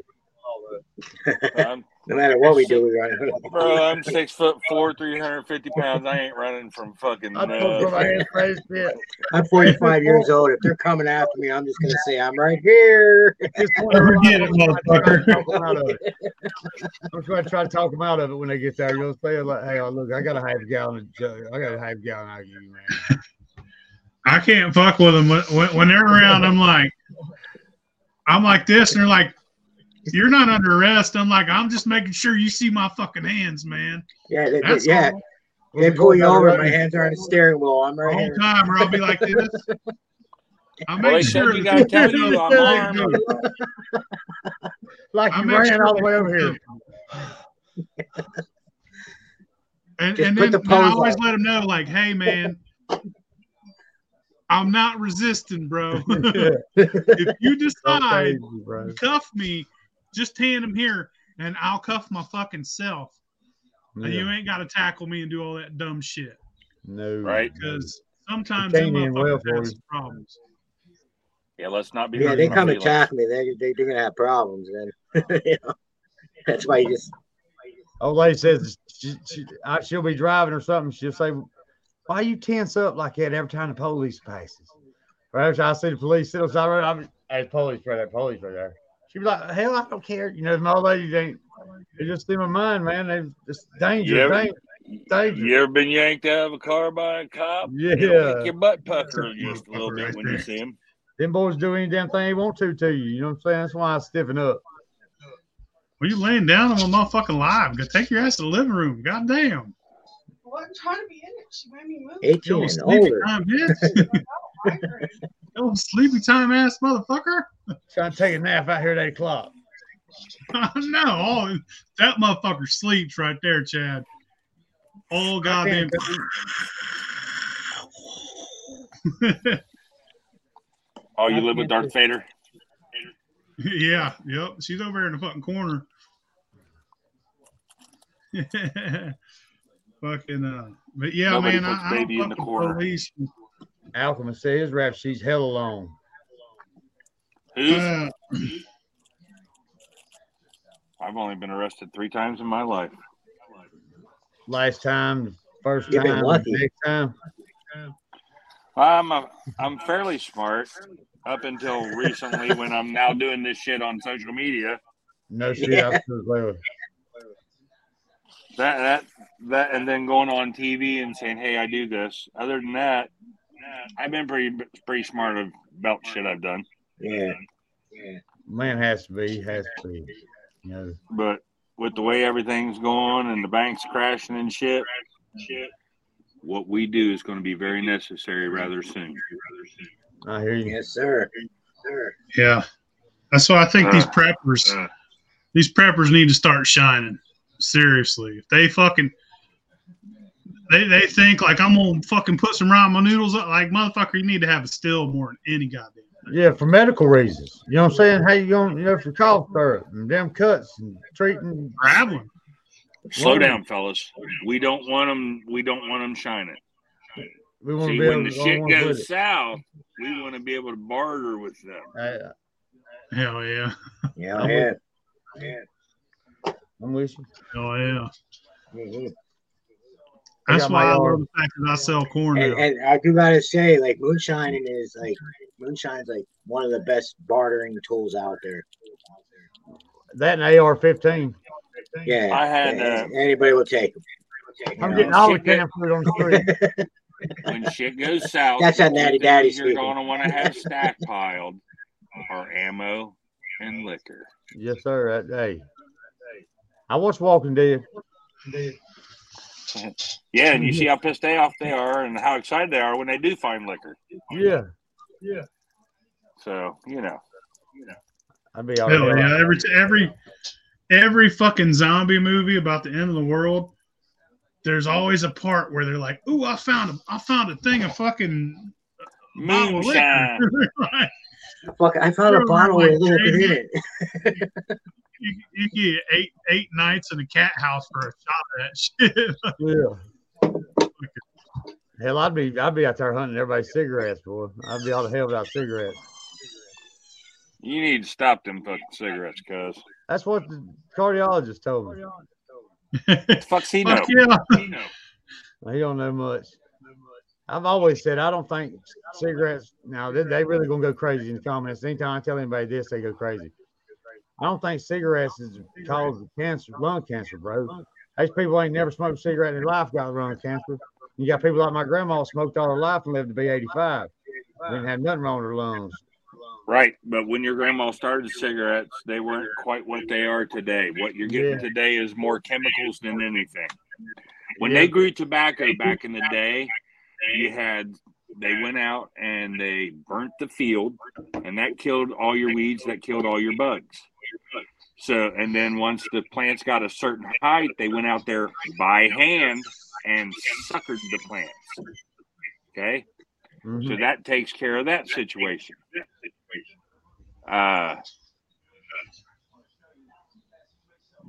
I'm,
No matter what we do, we run it.
bro, I'm six foot four, 350 pounds. I ain't running from fucking.
I pull from my
Uh,
ass face pit.
I'm 45 years old. If they're coming after me, I'm just gonna say I'm right here.
Just
Never
wondering
get it,
why I'm trying to
motherfucker.
talk them out of it. I'm trying to try to talk them out of it when they get there. You know what I'm saying? Like, hey, oh, look, I got a half gallon of jug. I got a half gallon out of you, man.
I can't fuck with them when, when, when they're around. I'm like, I'm like this, and they're like, "You're not under arrest." I'm like, "I'm just making sure you see my fucking hands, man."
Yeah, they,
That's
yeah.
all,
They pull you over. My hands are on the steering wheel. I'm
the
right
whole
here.
time, or I'll be like this. I make
well, they said
sure
you
that
got to tell you
know
I'm
what
armed.
they're doing.
Like
I
you
make
ran
sure
all the
they
way over
do.
here.
And,
Just
and then,
put the
then I
pose
always
on.
let them know, like, "Hey, man, I'm not resisting, bro. if you
So
decide
crazy, bro.
to cuff me, just hand them here, and I'll cuff my fucking self." And
Yeah.
You ain't got to tackle me and do all that dumb shit
No.
Right.
because sometimes
It
them
came in well
motherfuckers
for
have
you.
some problems.
Yeah, let's not be.
Yeah,
hurting
they
our
come
feelings.
attack me. They they they're gonna have problems. Then You know? that's why you just
Old lady says she, she, I, she'll be driving or something. She'll say, "Why you tense up like that every time the police passes?" Or every time I see the police sit on the side of the road, I'm hey, police right there, police right there. She'd be like, "Hell, I don't care." You know, my old ladies ain't. They just in my mind, man. They it's danger,
Yeah.
danger. Thank you.
You ever been yanked out of a car by a cop?
Yeah.
It'll make your butt pucker
That's a
just a little
motherfucker
bit
right
when you
there.
see him.
Them boys do any damn thing they want to to you. You know what I'm saying? That's why I stiffen up.
Well, you laying down on my motherfucking live. Go take your ass to the living room. Goddamn.
Well, I'm trying to be in it. She made me move.
18
Yo,
and
sleepy
older.
time, bitch. Yo, sleepy time ass motherfucker.
Trying to take a nap out here at eight o'clock.
no, all, Oh, that motherfucker sleeps right there, Chad. All goddamn.
Oh, you live with Darth Vader?
yeah, yep. She's over here in the fucking corner. fucking, uh, but yeah,
Nobody
man, I,
puts
I
baby
don't
in the
fucking
corner.
police.
Alchemist said his rap sheet's hella long.
Who's?
Uh,
I've only been arrested three times in my life.
Last time, first
You've been
time,
lucky.
next time.
I'm a, I'm fairly smart up until recently when I'm now doing this shit on social media.
No shit.
Yeah.
I was like,
That that that, and then going on TV and saying, "Hey, I do this." Other than that, I've been pretty pretty smart about shit I've done.
Yeah. Yeah.
Man has to be, has to be. You know,
But with the way everything's going and the banks crashing and shit, shit, what we do is going to be very necessary rather soon.
I hear you.
Yes, sir. Sir.
yeah. That's why I think these preppers.
Uh,
these preppers need to start shining. Seriously, if they fucking they they think like I'm gonna fucking put some ramen noodles up, like motherfucker, you need to have a still more than any goddamn.
Yeah, for medical reasons. You know what I'm saying? How you going? You know, for cough syrup and them cuts and treating.
Traveling,
slow down, fellas. We don't want them. We don't want them shining.
We want to
See,
be able
when
to
the
go
shit
on with
goes
it.
south, we want to be able to barter with them.
I-
hell yeah,
Yeah.
I'm
Yeah.
with- I'm with you.
hell yeah.
Mhm.
I
That's
got
why
my
I love
yard.
the fact that I sell corn
And,
now.
and I do gotta say, like moonshining is like moonshine's like one of the best bartering tools out there.
That and AR-15.
Yeah,
I had,
yeah,
uh,
anybody will take 'em.
I'm
Yeah.
getting all the canned food on the street.
When shit goes south,
That's that
the only
natty
things
daddy
You're
speaking.
going to want to have stockpiled are ammo and liquor.
yes, sir. That day. I watched Walking Dead.
Yeah, and you see how pissed they off they are, and how excited they are when they do find liquor.
Yeah,
So you know,
I'd be all
Hell
right.
yeah! Every every every fucking zombie movie about the end of the world, there's always a part where they're like, "Ooh, I found a, I found a thing of fucking bottle of liquor."
moonshine.
Right.
Fuck, I found a bottle with a little bit in it.
you, you get eight eight nights in a cat house for a shot of that shit.
Yeah. Hell, I'd be I'd be out there hunting everybody's cigarettes, boy. I'd be all the hell without cigarettes.
You need to stop them fucking cigarettes, cuz.
That's what the cardiologist told me.
Fuck's he know?
Fuck yeah.
He don't know much. I've always said I don't think cigarettes. Now they, they really gonna go crazy in the comments. Anytime I tell anybody this, they go crazy. I don't think cigarettes is the cause of cancer, lung cancer, bro. These people ain't never smoked a cigarette in their life got lung cancer. You got people like my grandma smoked all her life and lived to be 85. Didn't have nothing wrong with her lungs.
Right, but when your grandma started cigarettes, they weren't quite what they are today. What you're getting
Yeah.
today is more chemicals than anything. When
Yeah.
they grew tobacco back in the day, you had they went out and they burnt the field, and that killed all your weeds, that killed all your bugs. So, and then once the plants got a certain height, they went out there by hand and suckered the plants. Okay,
Mhm.
so that takes care of Mm-hmm. that situation. Uh,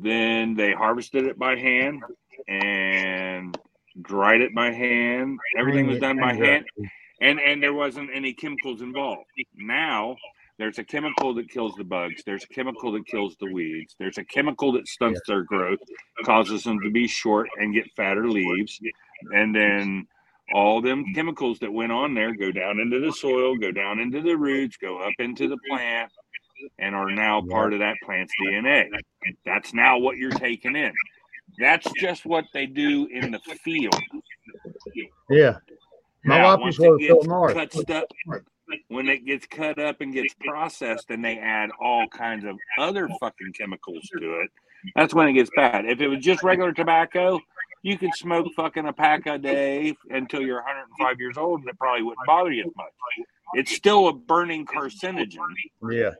then they harvested it by hand and dried it by hand. Everything was done by hand, and and there wasn't any chemicals involved. Now there's a chemical that kills the bugs. There's a chemical that kills the weeds. There's a chemical that stunts their growth, causes them to be short and get fatter leaves, and then all them chemicals that went on there go down into the soil, go down into the roots, go up into the plant, and are now part of that plant's DNA. That's now what you're taking in. That's just what they do in the field.
Yeah. My
Now,
wife
once
used to
it
work
gets
Philip Morris.
cut stuff when it gets cut up and gets processed and they add all kinds of other fucking chemicals to it that's when it gets bad if it was just regular tobacco You could smoke fucking a pack a day until you're 105 years old, and it probably wouldn't bother you as much. It's still a burning carcinogen.
Yeah.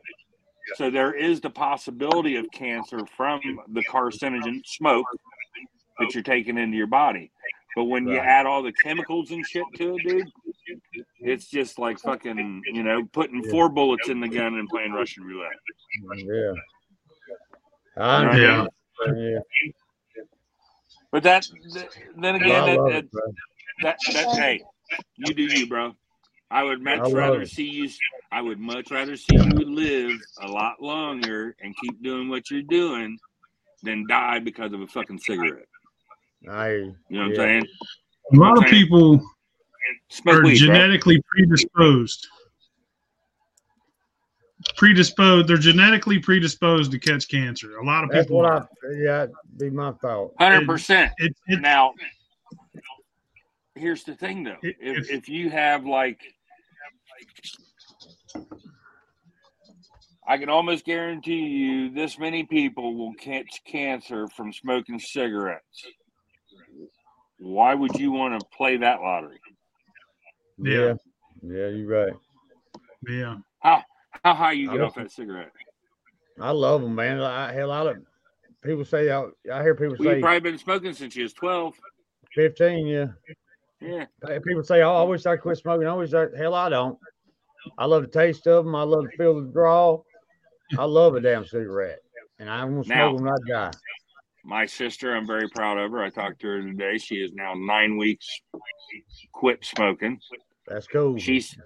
So there is the possibility of cancer from the carcinogen smoke that you're taking into your body. But when you
Right.
add all the chemicals and shit to it, dude, it's just like fucking, you know, putting four bullets in the gun and playing Russian roulette.
Yeah. I
Right.
understand. Yeah.
But that, th- then again,
I
that,
love
that,
it, bro.
that, that, hey, you do you, bro. I would much
I love
rather
it.
see you. I would much rather see you live a lot longer and keep doing what you're doing than die because of a fucking cigarette.
I,
You know what
Yeah.
I'm saying?
A lot of people
Smoke
are
weed, bro.
genetically predisposed. Predisposed, they're genetically predisposed to catch cancer. A lot of
that's
people.
what
are.
I, yeah, that'd be my thought.
Hundred percent.
It, it,
Now, here's the thing, though.
It-
If
it's-
if you have like, I can almost guarantee you, this many people will catch cancer from smoking cigarettes. Why would you want to play that lottery?
Yeah.
Yeah.
Yeah, you're right.
yeah,
How high you
I
get
don't
off that cigarette?
I love them, man. I, hell, I don't. People say I, I hear people
Well,
say
you've probably been smoking since you was twelve.
fifteen. Yeah,
Yeah,
Hey, people say, "Oh, I wish I quit smoking." I wish I, hell, I don't. I love the taste of them. I love to feel the draw. I love a damn cigarette, and I'm gonna
Now-
smoke them like guy.
my sister, I'm very proud of her. I talked to her today. She is now nine weeks quit smoking.
That's cool.
She's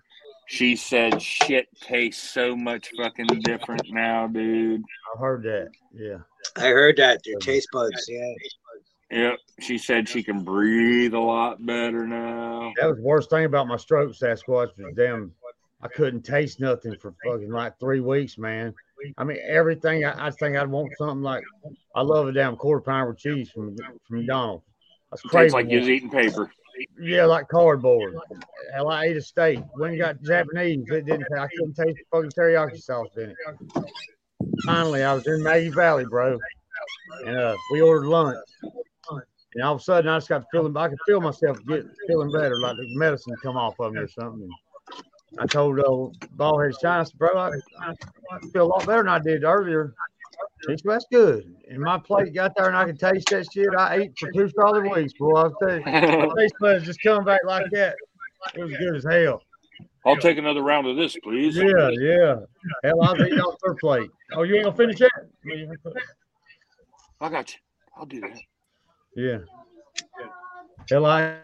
she said shit tastes so much fucking different now, dude.
I heard that. Yeah,
I heard that. Your taste buds. Yeah.
Yep. She said she can breathe a lot better now.
that was the worst thing about my stroke, Sasquatch. Was damn, I couldn't taste nothing for fucking like three weeks, man. I mean, everything. I, I think I'd want something like I love a damn quarter pounder with cheese from from McDonald's. That's crazy.
Tastes like you're eating paper.
Yeah, like cardboard. Hell, I ate a steak. When got Japanese, it didn't. I couldn't taste the fucking teriyaki sauce in it. Finally, I was in Maggie Valley, bro, and uh, we ordered lunch. And all of a sudden, I just got feeling. I could feel myself get feeling better, like the medicine come off of me or something. I told old bald headed China, I said, bro, I, I feel a lot better than I did earlier. He said, that's good. And my plate got there, and I could taste that shit. I ate for two solid weeks, boy. I'll tell you. My
I'll
face buds just coming back like that. It was good as hell.
take another round of this, please.
Yeah, yeah. Hell, I was eating off her plate. Oh, you ain't gonna finish that?
I got you. I'll do that.
Yeah. Hell, I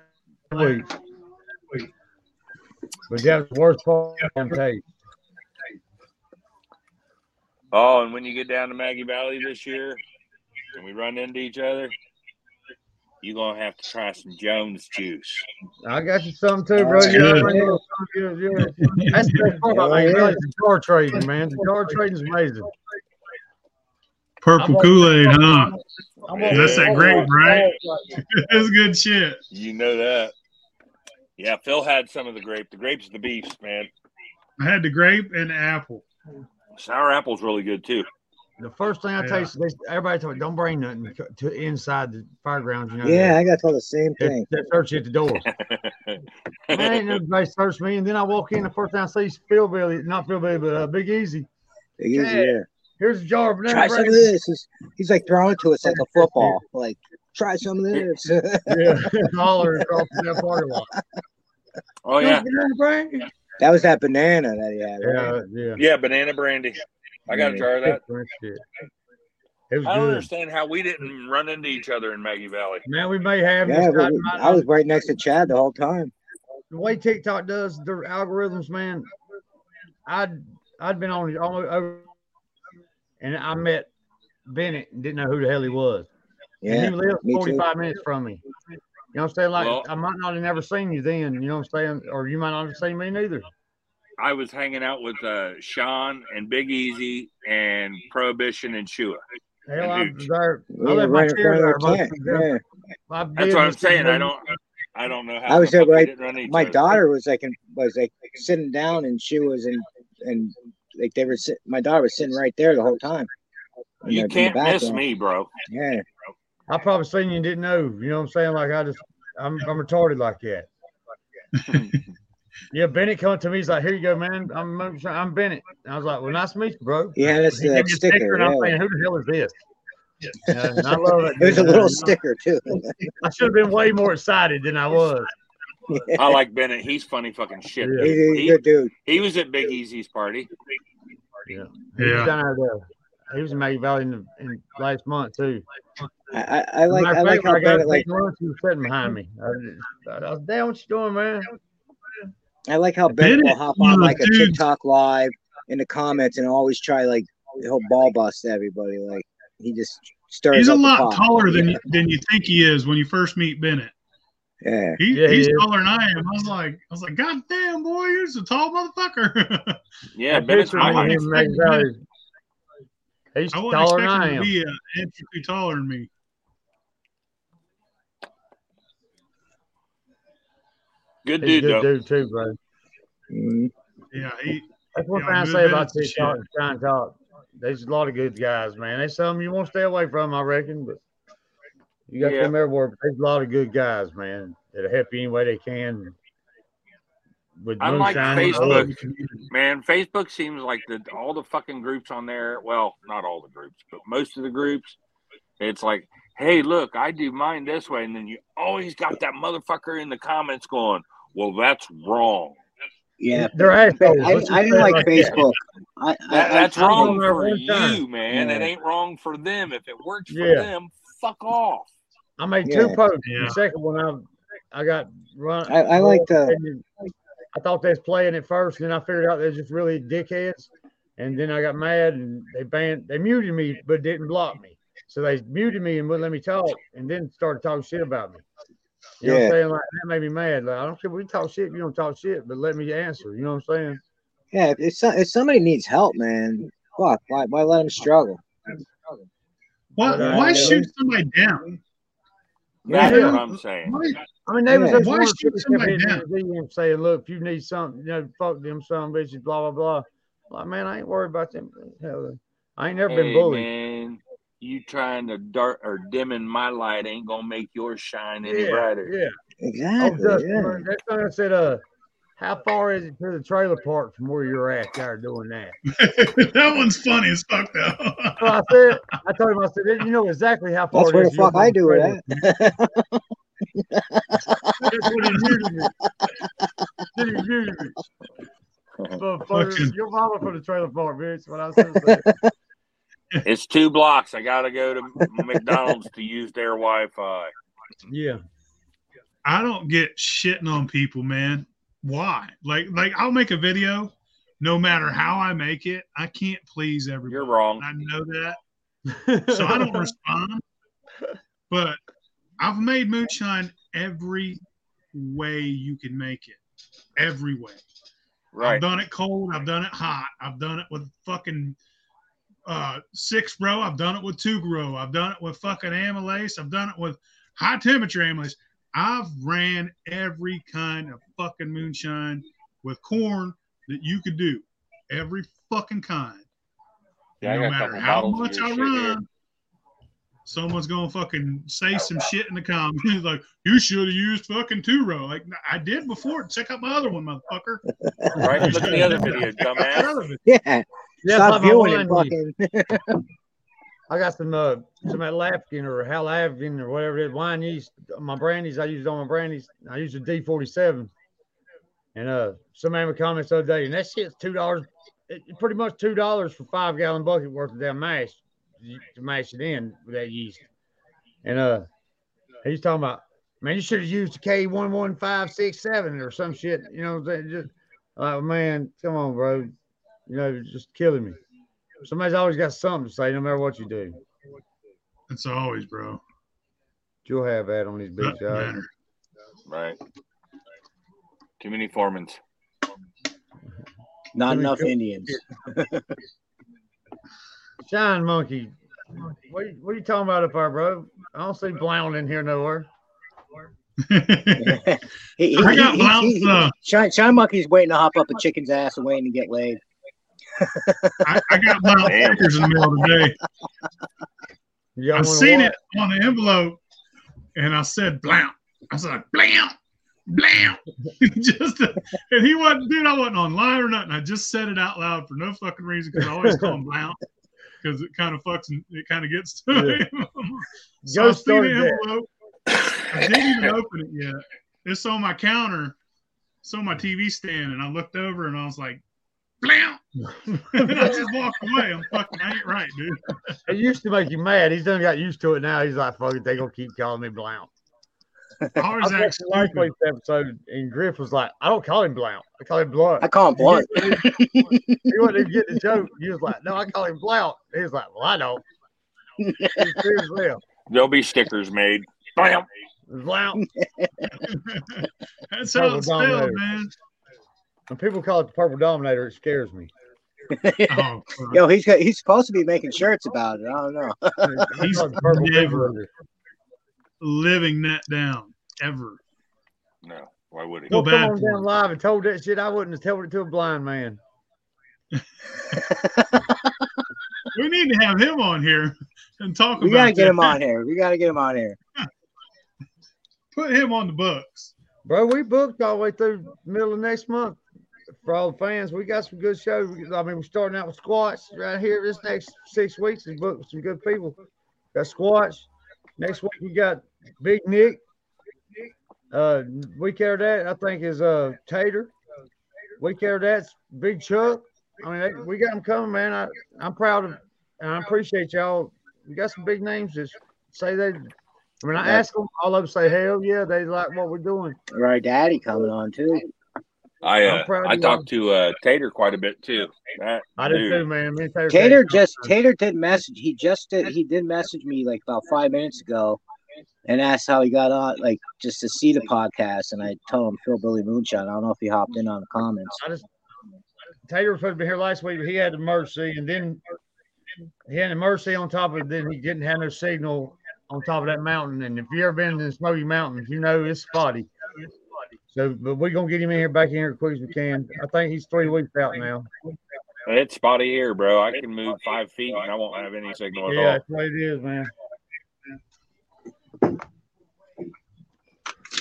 wait. But that was the worst part of the taste.
Oh, and when you get down to Maggie Valley this year and we run into each other, you're gonna have to try some Jones juice.
I got you some too, bro. You
Good.
know, you- you- That's the best part about it. It's car trading, man. The car trading is amazing.
purple Kool Aid, huh?
I'm
Yeah,
that's that grape, right? That's good shit.
You know that. Yeah, Phil had some of the grape. The grape's the beast, man.
I had the grape and the apple.
Sour apple's really good too.
The first thing I
Yeah.
taste, they, everybody told me, don't bring nothing to inside the fairgrounds. You know,
Yeah, I got told the same
they,
thing.
they search you at the door. Man, ain't nobody search me. And then I walk in, the first time I see is Phil Billy, not Phil Billy, but uh, Big Easy.
They use it,
Yeah. Here's a jar of
yeah.
banana
Try some of
bread.
this. He's, he's like throwing it to us like a football. Like, try some of this. that
Yeah, holler across that parking lot.
Oh yeah,
Banana bread?
was that banana that he had. right?
Yeah, yeah.
yeah, banana brandy. I got a jar of that.
That shit. It was
I don't
good.
understand how we didn't run into each other in Maggie Valley.
Man, we may have.
Yeah,
this
but
time.
we- I was right next to Chad the whole time.
the way TikTok does their algorithms, man, I'd I'd been on all over, and I met Bennett and didn't know who the hell he was. And he
Yeah.
lived
me too.
45 minutes from me. You know what I'm saying? Like,
Well-
I might not have never seen you then, you know what I'm saying? Or you might not have seen me neither.
I was hanging out with uh, Sean and Big Easy and Prohibition and Shua.
Hell, I was
Huge.
there.
We
I
were
left my
right in
chair
front of
there.
our
most
tent.
of the time.
Yeah.
My
That's what I'm
business is
saying. I
moving.
don't. I don't know how.
I was
the
there,
fuck we
right-
didn't run into each
My
other.
daughter was like, in, was like sitting down, and she was in, and like they were sit, My daughter was sitting right there the whole time. in
You
the- in the
can't miss
background.
me, bro.
Yeah.
I probably seen you and didn't know. You know what I'm saying? Like I just, I'm, I'm retarded like that. yeah, Bennett come to me. He's like, "Here you go, man. I'm, I'm Bennett." And I was like, "Well, nice to meet you, bro."
Yeah, that's
He gave me
the
a
sticker.
and I'm
yeah.
saying, "Who the hell is this?" Yeah, and I love it.
It was a
dude.
little sticker too.
I should have been way more excited than I was.
I like Bennett. He's funny fucking shit.
Yeah.
He's a
He,
good dude.
he was at Big Easy's party.
He was
Yeah.
down out there. He was in Maggie Valley in, the, in last month too.
I, I, I like
My
I like
favorite,
how
I got
Bennett like
big lunch, he was sitting behind me. I was, I was "Damn, what you doing, man?"
I like how Bennett will
Bennett,
hop
one
on
of
like
those
a
dudes-
TikTok live in the comments and always try like he'll ball bust everybody. Like he just stirs
He's a
up the
lot
pot.
taller than you, than you think he is when you first meet Bennett.
Yeah,
He,
Yeah, he
he's
is.
taller than I am. I was like, I was like, God damn, boy, you're a tall motherfucker.
Yeah,
I
Bennett's
picture him
I
my
in
wouldn't
Maggie
expect
Valley. He's
I wasn't
taller than I
expecting him to
am.
be uh, an inch or two taller than me.
good
He's a
dude
good
though.
dude too, bro.
Mhm.
Yeah, he,
That's one
Yeah,
thing I
move
say
in
about
and shit.
TikTok and trying to talk. There's a lot of good guys, man. There's some you won't stay away from, I reckon, but you got
Yeah.
them everywhere. But there's a lot of good guys, man, that'll help you any way they can. With
Unlike
moonshine and
I love
oil.
Facebook.
the community.
Man, Facebook seems like the all the fucking groups on there. Well, not all the groups, but most of the groups. It's like, hey, look, I do mine this way, and then you always got that motherfucker in the comments going, "Well, that's wrong.
yeah.
They're assholes.
I,
Let's just
I
say
didn't
it that.
like Facebook. I, I,
That, that's
I,
wrong
there
for
one
you,
time.
man. It
Yeah.
ain't wrong for them. If it works for
Yeah.
them, fuck off."
I made
Yeah.
two posts.
Yeah.
The second one, I I got run.
I, I like the
I thought they was playing at first, and then I figured out they're just really dickheads. And then I got mad, and they banned, they muted me, but didn't block me. So they muted me and wouldn't let me talk, and then started talking shit about me. You know what
Yeah.
I'm saying? Like that made me mad. Like I don't care. We talk shit. if You don't talk shit, but let me answer. You know what I'm saying?
yeah. If, if, some, if somebody needs help, man, fuck. Why, why let them struggle?
Why,
But, uh,
why
yeah.
shoot somebody down?
That's
Yeah.
what I'm saying.
Why-
I mean, they was
Yeah.
just
Why
wanting
shoot
to keep
somebody
hitting
down?
me and saying, "Look, if you need something, you know, fuck them some bitches, blah blah blah." Like man, I ain't worried about them. Hell, I ain't never been
Hey,
bullied.
man, you trying to dark or dim in my light ain't gonna make yours shine any
Yeah,
brighter.
yeah. Oh,
Exactly.
Dustin,
yeah.
man, that's why I said, uh, how far is it to the trailer park from where you're at? They're doing that.
that one's funny as fuck though.
So I said, I told him, I said, you know exactly how far
That's
it
where the
is. You're
fuck I
from
do
trailer.
it at.
That's what he muted me. Then he muted me. But for,
Fucking-
your mama from the trailer park, bitch. What I was gonna say.
It's two blocks. I gotta go to McDonald's to use their Wi-Fi.
Yeah.
I don't get shitting on people, man. Why? Like, like I'll make a video, no matter how I make it. I can't please everybody.
You're wrong.
I know that, so I don't respond. But I've made moonshine every way you can make it. Every way. I've
Right.
done it cold. I've done it hot. I've done it with fucking uh, six row. I've done it with two grow. I've done it with fucking amylase. I've done it with high temperature amylase. I've ran every kind of fucking moonshine with corn that you could do. Every fucking kind.
Yeah, I
no
got a
matter
couple
how
bottles of
much
your
I
shit
run,
here.
someone's gonna fucking say some shit in the comments like, "You should have used fucking two row." Like I did before. Check out my other one, motherfucker.
Right. Look at the other video, dumbass.
yeah.
Yeah, but
Stop
my
viewing it,
wine,
fucking.
I got some uh some Atlafkin or Hal Afghan or whatever it is, wine yeast. My brandies, I used on my brandies. I used a D forty seven. And uh somebody made comments the other day, and that shit's two dollars pretty much two dollars for five gallon bucket worth of damn mash you- to mash it in with that yeast. And uh he's talking about man, you should have used the K one one five six seven or some shit, you know what I'm saying? Just like man, come on, bro. You know, it's just killing me. Somebody's always got something to say, no matter what you do.
It's always, bro.
You'll have that on these big
Doesn't
shots.
matter.
Right. Too many Foremans.
Not
Let me
enough
go-
Indians.
Shine monkey. What are, what are you talking about up there, bro? I don't see Blount in here nowhere.
He- he-
I got
he-
Blount's,
he- he-
uh,
Shy, Shy Monkey's waiting to hop up a chicken's ass and waiting to get laid.
I, I got Blount stickers in the mail today.
Y'all
I've
wanna
seen
what?
it on the envelope, and I said blam. I said blam, blam. just and he wasn't, dude. I wasn't on live or nothing. I just said it out loud for no fucking reason because I always call him blam because it kind of fucks and it kind of gets to
Yeah.
him. so
Joe
I've seen the
started that.
envelope. I didn't even open it yet. It's on my counter. It's on my TV stand, and I looked over and I was like, blam. and I just walked away. I'm fucking, I ain't right, dude.
It used to make you mad. He's done got used to it now. He's like, fuck it, they gonna keep calling me Blount.
I
I
always
was
act
watching last
stupid.
week's episode, and Griff was like, I don't call him Blount. I call him Blunt.
I call him Blunt.
He wasn't even getting the joke. He was like, no, I call him Blount. He was like, well, I don't. He's clear as hell.
There'll be stickers made. Bam.
Blount.
That's how it's
Purple
spelled,
Dominator.
man.
When people call it the Purple Dominator, it scares me.
Oh, crap.
Yo, he's got, he's supposed to be making shirts about it. I don't know.
I
He's
call it the Purple
never-
Dominator.
living that down ever.
No, why would he?
Feel
Well, come
bad
on
for
down
him.
live and told that shit. I wouldn't have told it to a blind man.
We need to have him on here and talk
We
about.
gotta get
that.
him on here. We gotta get him on here.
Put him on the books.
Bro, we booked all the way through middle of next month for all the fans. We got some good shows. We- I mean, we're starting out with squats right here. This next six weeks is booked with some good people. Got squats. Next week we got Big Nick. Uh, we care that I think is uh Tater. We care that's Big Chuck. I mean, they, we got them coming, man. I I'm proud of and I appreciate y'all. We got some big names that say they. I mean, I ask them, all of them say, "Hell yeah!" They like what we're doing.
Right, Daddy coming on too.
I
I'm
uh,
proud of
I
you.
talked to uh, Tater quite a bit too. That
I did
dude.
too, man. Me and Tater,
Tater
Tater
just Tater did message. He just did. He did message me like about five minutes ago, and asked how he got on, like just to see the podcast. And I told him Phil Billy Moonshine. I don't know if he hopped in on the comments.
I just Tater was supposed to be here last week, but he had the mercy, and then he had the mercy on top of it. Then he didn't have no signal on top of that mountain. And if you ever been in the Smoky Mountains, you know it's spotty. So, but we're gonna get him in here, back in here, as quick as we can. I think he's three weeks out now.
It's spotty here, bro. I can move five feet and I won't have any signal at
Yeah,
all.
that's what it is, man.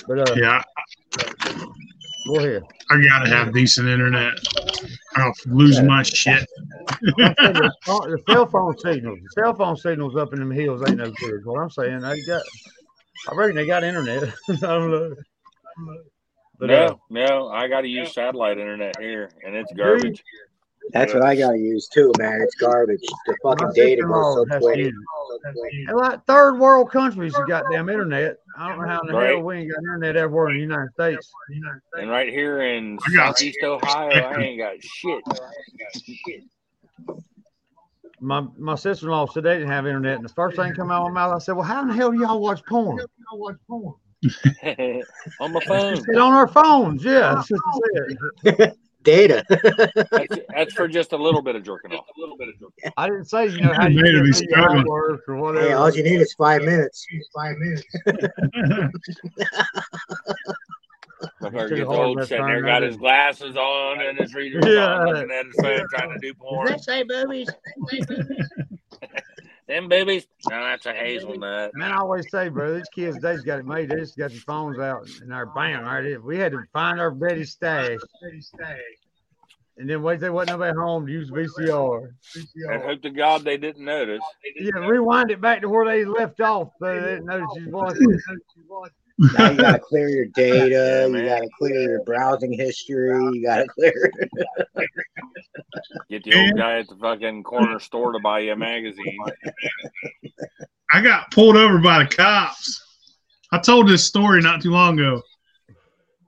But uh,
Yeah,
go ahead.
I gotta have decent internet. I'll lose my shit.
the, phone- the cell phone signals, the cell phone signals up in them hills ain't no good. is What I'm saying, they got, I reckon they got internet. I don't know. But, uh,
No, no, I got to use satellite internet here, and it's garbage.
That's what I gotta use too, man. It's garbage. The fucking
My
data
sister-in-law
goes so
has
quick.
to use and like third world countries, you got damn internet. I don't know how in the hell
Right.
we ain't got internet everywhere in the United States.
And right here in
I got-
Southeast Ohio, I ain't got shit.
My my sister in law said they didn't have internet, and the first thing come out of my mouth, I said, "Well, how in the hell do y'all watch porn?"
on my
She
phone.
said, "On our phones, yeah." That's what she said.
Data.
That's, that's for just a little bit of jerking off.
I didn't say, you know, how
Made
you
him
get your
struggling.
homework or whatever.
hey, all you need is five minutes. Five minutes.
Motherfucker
Took a
gets
hard
old,
left
sitting
turn
there,
right
got
in.
his glasses on and his readers
Yeah.
on, looking at his phone, trying to do porn.
say boobies?
Them boobies? No, that's a hazelnut.
Man, I always say, bro, these kids, they just got it made. They just got their phones out and our bam, right? If We had to find our Betty stash. And then wait, there wasn't nobody home to use VCR.
And hope to God they didn't notice.
Yeah, rewind it back to where they left off. So they didn't know that you watching.
Now you gotta clear your data.
Yeah,
you
man.
gotta clear your browsing history. You gotta clear.
Get the old guy at the fucking corner store to buy you a magazine.
I got pulled over by the cops. I told this story not too long ago.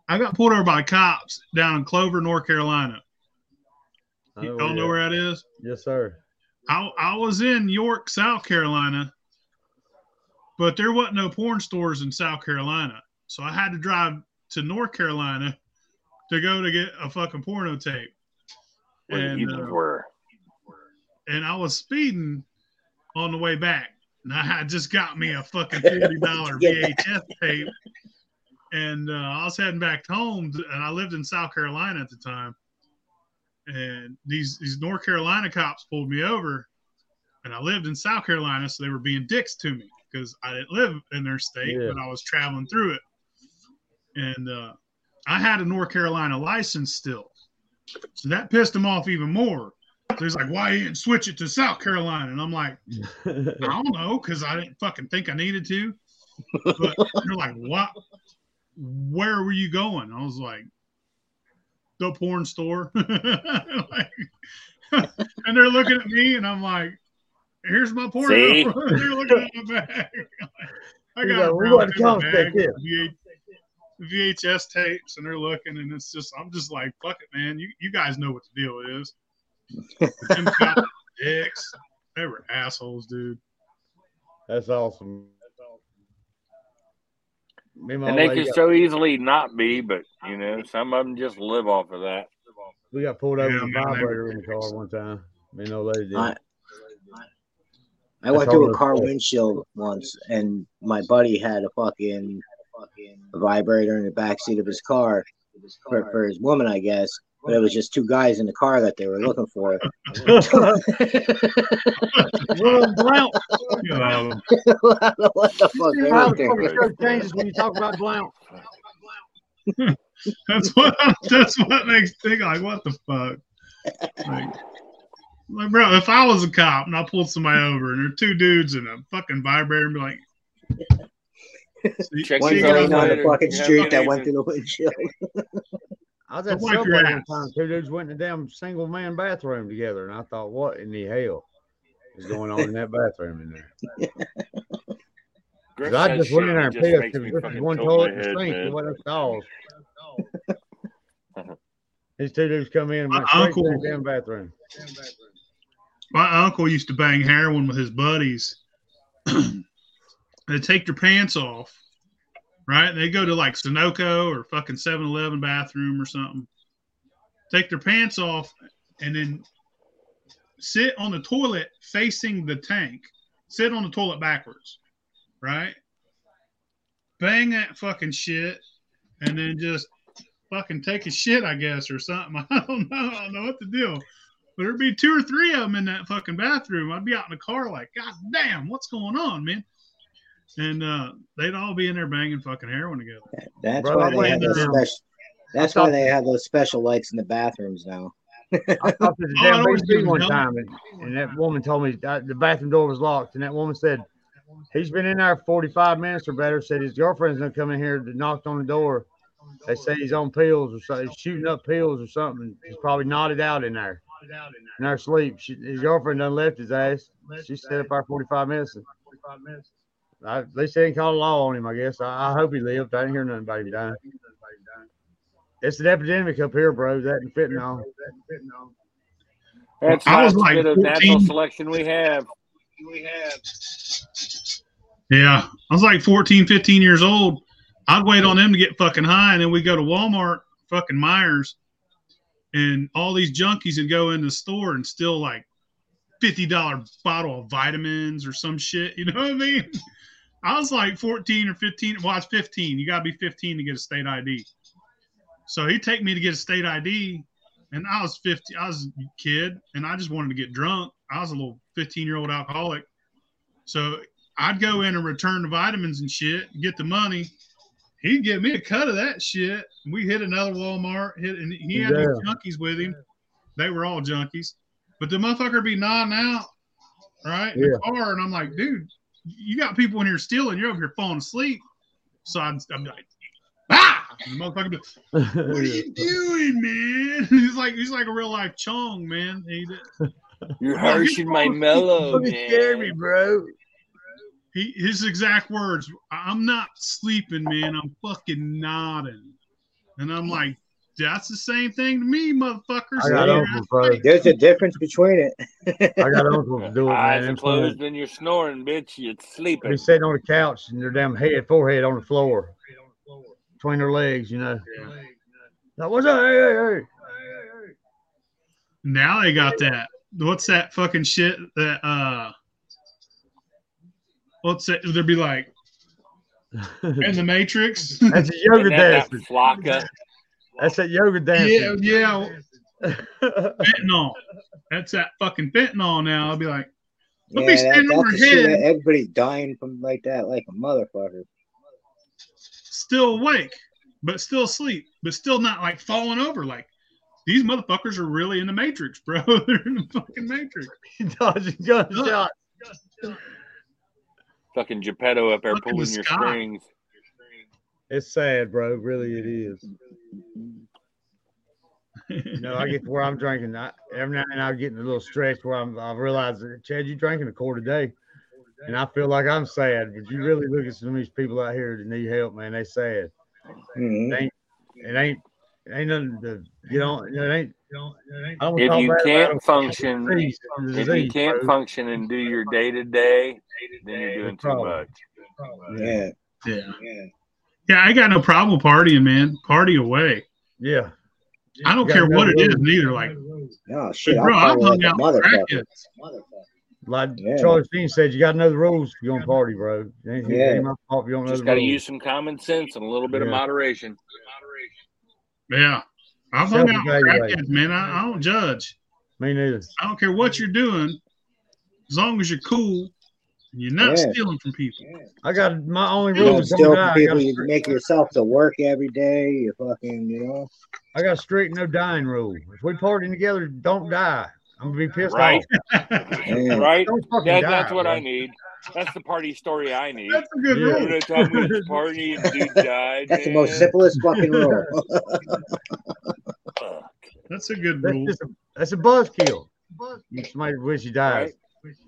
I got pulled over by the cops down in Clover, North Carolina.
I
You
know
all know
where
where that is?
you- Yes, sir.
I, I was in York, South Carolina, but there wasn't no porn stores in South Carolina. So I had to drive to North Carolina to go to get a fucking porno tape.
Where the
And,
heathens
uh,
were.
and I was speeding on the way back. And I had just got me a fucking forty dollar VHS tape, and uh, I was heading back home. And I lived in South Carolina at the time. And these these North Carolina cops pulled me over, and I lived in South Carolina, so they were being dicks to me because I didn't live in their state,
Yeah.
but I was traveling through it. And uh, I had a North Carolina license still, so that pissed them off even more. So he's like, "Why you didn't switch it to South Carolina?" And I'm like, "I don't know, because I didn't fucking think I needed to." But they're like, "What? Where were you going?" I was like, "The porn store." Like, and they're looking at me, and I'm like, "Here's my porn."
See?
store." they're looking at my bag. I
He's
got
like,
a
"We
brown
got a
paper
couch
bag,
back here."
VH VHS tapes, and they're looking, and it's just, I'm just like, "Fuck it, man. You you guys know what the deal is." Them guys, dicks. They were assholes, dude.
That's awesome. Me and my
And they
wife
could
got-
so easily not be, but you know, some of them just live off of that.
we got pulled over
Yeah,
with a
man, they-
vibrator in the car one time. Me and no lady did.
I- I
That's
went through a
almost
car
it.
windshield once, and my buddy had a fucking vibrator in the backseat of his car for, for his woman, I guess. But it was just two guys in the car that they were looking for.
Well, Blount.
You know,
what the fuck?
See
They
how
were
the fucking
thinking.
show changes when you talk about Blount.
That's what that's what makes think like what the fuck. Like, like, bro, if I was a cop and I pulled somebody over and there are two dudes in a fucking vibrator and be like See-
Check
see
One
these
you guys
out
going down
later.
the
later.
fucking
You have
street
good
that went
evening.
through the windshield.
I was at
Wipe your
Subway one
ass.
time. Two dudes went in the damn single man bathroom together, and I thought, what in the hell is going on in that bathroom in there?
Griff
'Cause I
said
just went
shit,
in there
it
and
just
pissed
makes me
because this is
fucking
one
tilt
toilet
my
and
head,
sink and
man.
what else dolls. These two dudes come in and
My
went straight to
uncle-
the damn bathroom.
My uncle used to bang heroin with his buddies. They'd take their pants off, right? They go to like Sunoco or fucking 7 Eleven bathroom or something. Take their pants off and then sit on the toilet facing the tank. Sit on the toilet backwards, right? Bang that fucking shit and then just fucking take a shit, I guess, or something. I don't know. I don't know what to do. But there'd be two or three of them in that fucking bathroom. I'd be out in the car like, God damn, what's going on, man? And uh, they'd all be in there banging fucking heroin together.
That's
Brother,
why
I
they have
went
those
down.
special. That's
I
why
thought-
they have those special lights in the bathrooms now.
I talked to the
Oh, I
damn
always
BBC
do,
one
yeah.
time, and, and that woman told me that the bathroom door was locked, and that woman said he's been in there 45 minutes or better. Said his girlfriend's gonna come in here, that knocked on the door. They say he's on pills or something, he's shooting up pills or something. He's probably knotted out in there, in her sleep. She, his girlfriend done left his ass. She stayed up there 45 minutes. I, at least they didn't call the law on him. I guess I, I hope he lived. I didn't hear nothing about him dying. It's an epidemic up here, bro. That and fentanyl.
That's
I was
the
like
bit of
14.
natural selection we have.
Yeah. I was like 14, 15 years old. I'd wait on them to get fucking high. And then we go to Walmart, fucking Myers, and all these junkies would go in the store and steal like $50 bottle of vitamins or some shit. You know what I mean? I was like 14 or 15. Well, I was 15. You got to be 15 to get a state ID. So he'd take me to get a state ID. And I was 15. I was a kid and I just wanted to get drunk. I was a little 15 year old alcoholic. So I'd go in and return the vitamins and shit, get the money. He'd give me a cut of that shit. We hit another Walmart, hit, and he had these junkies with him. They were all junkies, but the motherfucker be nodding out, right? in The car, and I'm like, dude, you got people in here stealing. You're over here falling asleep. So I'd, I'm like, ah, and the motherfucker. Be, what are you doing, man? He's like, he's like a real life Chong, man. He,
You're harshing my mellow,
Fucking scare me,
man.
bro.
He, his exact words, "I- I'm not sleeping, man. I'm fucking nodding. And I'm like, that's the same thing to me, motherfuckers.
I got
Yeah.
on from bro.
There's a difference between it.
I got on from doing
Eyes
man.
are
Them
closed
fools
and you're snoring, bitch. You're
be
sleeping.
sitting on the couch and their damn head, forehead on the floor, between their legs, you know. Like, what's up? Hey, hey, hey.
Now they got that. What's that fucking shit that, uh, what's that? There'd be like, in the Matrix.
That's a
And
yoga
that,
dance.
that flocka.
That's a yoga
yeah,
dance.
yeah, fentanyl. That's that fucking fentanyl now. I'll be like, We'll be standing
that's the shit.
overhead.
Everybody dying from like that, like a motherfucker.
still awake, but still asleep, but still not like falling over. Like these motherfuckers are really in the matrix, bro. They're in the fucking matrix.
Dodging gunshots.
Fucking Geppetto up there
Look in
pulling
the
your
sky.
strings.
It's sad, bro. Really, it is. You know, I get to where I'm drinking. I, every now and then I'm getting a little stretch where I'm, I realize, that, Chad, you're drinking a quart a day. And I feel like I'm sad, but you really look at some of these people out here that need help, man. They sad.
Mhm.
It ain't, it ain't nothing to, you know, it ain't. I don't wanna
If
talk
you
bad about
can't
it.
function,
Disease, it's a
if you
disease,
can't
bro.
function and do your day to day, then you're doing too
Problem.
much.
Yeah.
Yeah.
Yeah.
Yeah, I got no problem partying, man. Party away.
Yeah.
I don't
You
care
gotta
what
go
it
to
is,
the-
neither. Like,
No shit.
bro,
I'm
I've
probably
hung
like a
out with
motherfucker.
crackheads.
Like
Yeah.
Charlie Sheen said, you got to know the rules if you're going to party, bro. It ain't, it ain't my fault if you don't know
Just
the
got to
rules.
use some common sense and a little bit of
Yeah.
moderation.
Yeah. I've hung out with
Self-evaluate.
crackheads, man. I, I don't judge.
Me neither.
I don't care what you're doing, as long as you're cool and you're not
Yeah.
stealing from people.
I got my only
You
rule
know,
is don't
still
die. I got,
people, you
strict,
make yourself to work every day. You fucking, you know.
I got strict no dying rule. If we partying together, don't die. I'm gonna be pissed
Right.
off.
Yeah.
Right?
Don't fucking
That,
die.
that's what
bro.
I need. That's the party story I need.
That's a good
Yeah.
rule.
Remember that time we was partying, dude died.
That's the most
man?
simplest fucking rule.
Fuck.
That's a good
That's
rule.
just a, that's a buzzkill. Somebody wish you dies.
Right?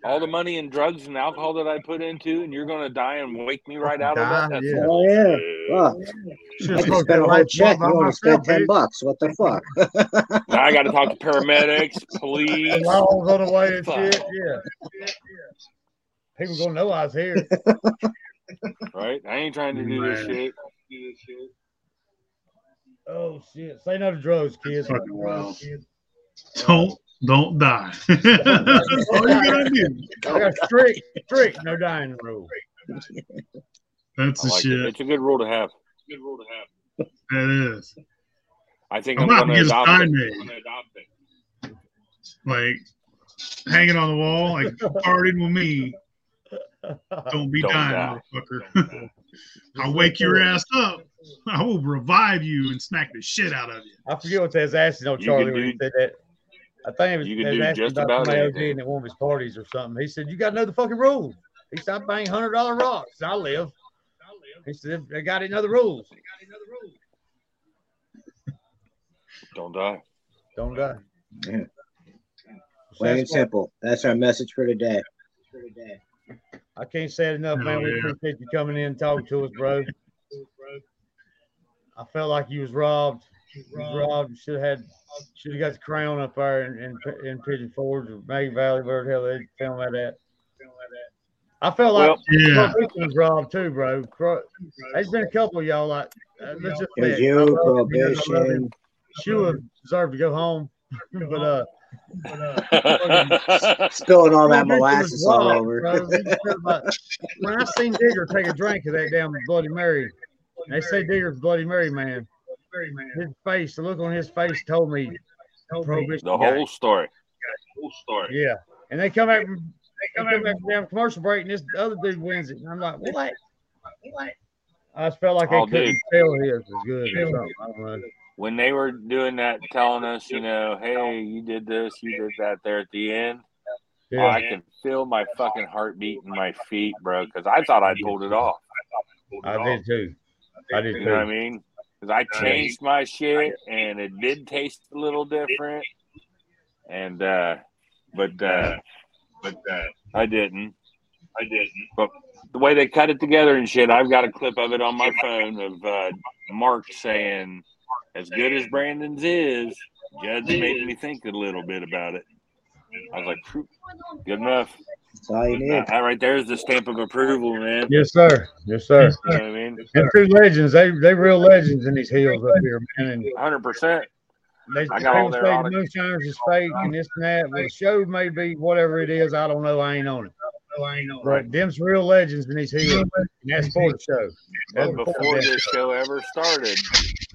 All the money in drugs and alcohol that I put into, and you're gonna die and wake me right out
Die,
of that. That's
yeah.
oh yeah. Fuck.
Should've
I just
smoked
spent a
that
whole
light
check. You
bulb by
only
myself,
spent ten
dude.
bucks. What the fuck?
Now I got to talk to paramedics,
The
police.
laws on the way and
Fuck.
shit. Yeah. People gonna know I was here.
Right? I ain't trying to do this
Man.
shit.
Oh shit! Say no to drugs, kids.
fucking wild. Don't don't die. That's all you gotta do.
I got strict, strict no dying rule.
That's
I
the
like it.
shit.
It's a good rule to have.
That is.
I think
I'm
I'm,
about to
gonna
get a
adopt
sign
it.
made. Like hanging on the wall, like if you partied with me. Don't be
Don't
dying, motherfucker. I'll wake your ass up. I will revive you and smack the shit out of you.
I forget what his ass is on
You
Charlie
can
when he
do-
said that. I think it was
you can
his
do
ass
just
about
about
somebody else
anything.
did at one of his parties or something. He said, "You got to know the fucking rules." He said, "I bang hundred dollar rocks. I live." He said, "They got to know the rules.
Don't die.
Don't die."
Yeah. Plain and
That's what-
simple. That's our message for today.
I can't say it enough, man.
Oh,
We
yeah.
appreciate you coming in and talking to us, bro. I felt like you was robbed. You was robbed. You should have had should have got the crown up there in, in, in Pigeon Forge or Maggie Valley, where the hell they found that at. I felt like
Well,
Yeah.
Prohibition was robbed too, bro. Pro- There's been a couple of y'all like, uh, let's just say
There's
it. I
you,
love him because I love him.
prohibition.
She would deserve to go home, but uh,
Spilling all that
Prohibition was
molasses all
robbed,
over.
bro. He just felt like- when I seen Digger take a drink of that damn Bloody Mary, they say Digger's Bloody Mary man. His face, the look on his face, told me prohibition.
the
guy.
whole story.
yeah. And they come back, from- they come back from damn commercial break, and this other dude wins it. And I'm like, what? I just felt like they
Oh,
couldn't
dude.
tell his was good or something. I don't know.
When they were doing that, telling us, you know, hey, you did this, you did that there at the end,
Yeah.
I can feel my fucking heartbeat in my feet, bro, because I thought I pulled it off.
I did too. I did
You know what I
too.
mean? Because I changed my shit and it did taste a little different. And, uh, but, uh, but, uh, I didn't. I didn't. But the way they cut it together and shit, I've got a clip of it on my phone of, uh, Mark saying, as good as Brandon's is, Judge made me think a little bit about it. I was like, "Phew, good enough.
That's all you need.
That that right there is the stamp of approval, man.
Yes, sir. Yes, sir.
You know what I mean?
And two legends. They they real legends in these hills up here, man. And
100%.
they
I got all
people say
their
the
autog-
moonshiners is fake and this and that. Well, the show may be whatever it is. I don't know. I ain't on it. But them's real legends in these hills. And that's for the show. That's
But
for
before
the
this show ever started,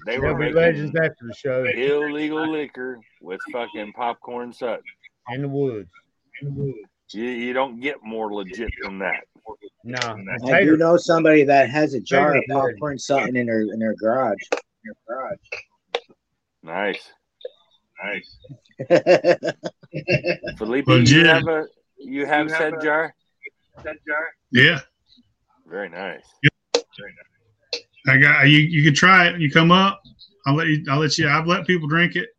they
There'll
were
be legends
making
after the show
illegal liquor with fucking popcorn suck.
in the woods.
You, you don't get more legit than that.
No,
I
tater-
do know somebody that has a jar of
Tater good.
popcorn something in her in her garage. In her
Nice, nice.
garage.
Felipe,
Legit.
you have a you have,
have
said
a-
jar.
Yeah,
Very nice.
I got you. You can try it. You come up. I'll let you. I'll let you. I've let people drink it.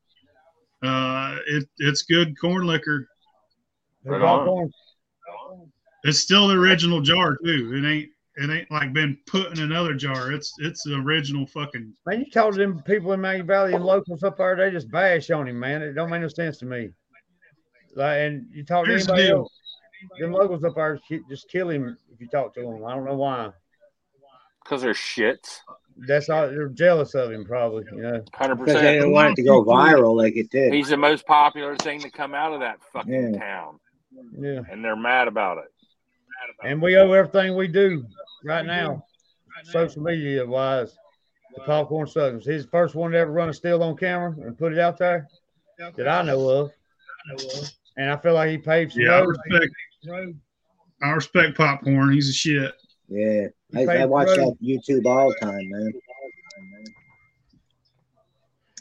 Uh, it it's good corn liquor.
the
Right
popcorn.
It's still the original jar too. It ain't. It ain't like been put in another jar. It's it's the original fucking.
Man, you told them people in Maggie Valley and locals up there, they just bash on him, man. It don't make no sense to me. Like, and you talk
Here's
to
the
anybody
deal.
else, them locals up there ki- just kill him if you talk to him. I don't know why.
Because they're shits.
That's all. They're jealous of him, probably. You know.
Hundred
because they
percent.
didn't want it to go viral like it did.
He's the most popular thing to come out of that fucking
Yeah.
town,
Yeah.
and they're mad about it.
And we owe everything we do right now, social media wise, to Popcorn Suckers. He's the first one to ever run a still on camera and put it out there that I know of. And I feel like he paved some
Yeah, I
roads.
respect. I respect popcorn. He's a shit.
Yeah,
You
I, I
paid
watch
road.
that YouTube all the time, man.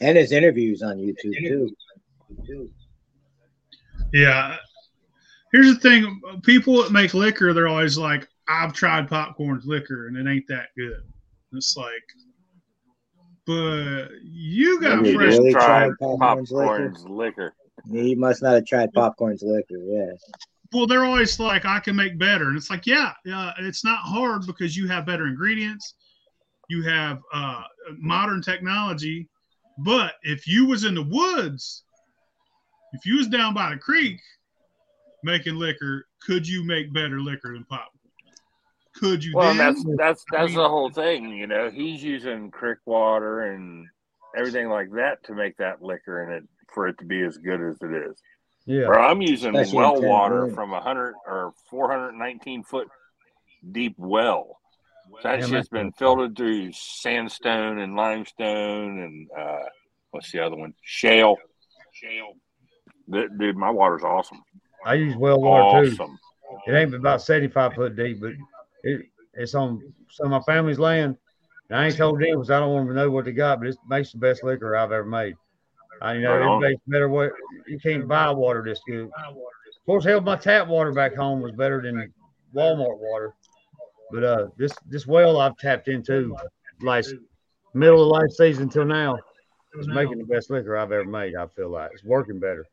And his interviews on YouTube too.
Yeah. Here's the thing: people that make liquor, they're always like, "I've tried popcorn's liquor, and it ain't that good." It's like, but you got
Maybe it
fresh.
is. Really
Try
trying
popcorn's,
popcorn's
liquor.
He must not have tried popcorn's liquor. Yeah,
Well, they're always like, "I can make better," and it's like, yeah, yeah, it's not hard because you have better ingredients, you have uh, modern technology. But if you was in the woods, if you was down by the creek making liquor, could you make better liquor than popcorn? Could you?
Well,
then?
and that's that's
I
that's
mean-
the whole thing, you know. He's using creek water and everything like that to make that liquor in it for it to be as good as it is.
Yeah.
Bro, I'm using
Especially in
well
Ted
water
Williams.
from a hundred or four hundred nineteen foot deep well. So that
Yeah,
shit's been filtered through sandstone and limestone and uh, what's the other one? Shale. Shale. Dude, my water's awesome.
I use well water too.
Awesome.
It ain't but about 75 foot deep, but it, it's on some of my family's land. And I ain't told them because I don't want them to know what they got, but it makes the best liquor I've ever made. I you know
Right
it
on.
makes better way. You can't buy water this good. Of course, hell, my tap water back home was better than Walmart water, but uh, this this well I've tapped into, like middle of last season till now, is making the best liquor I've ever made. I feel like it's working better.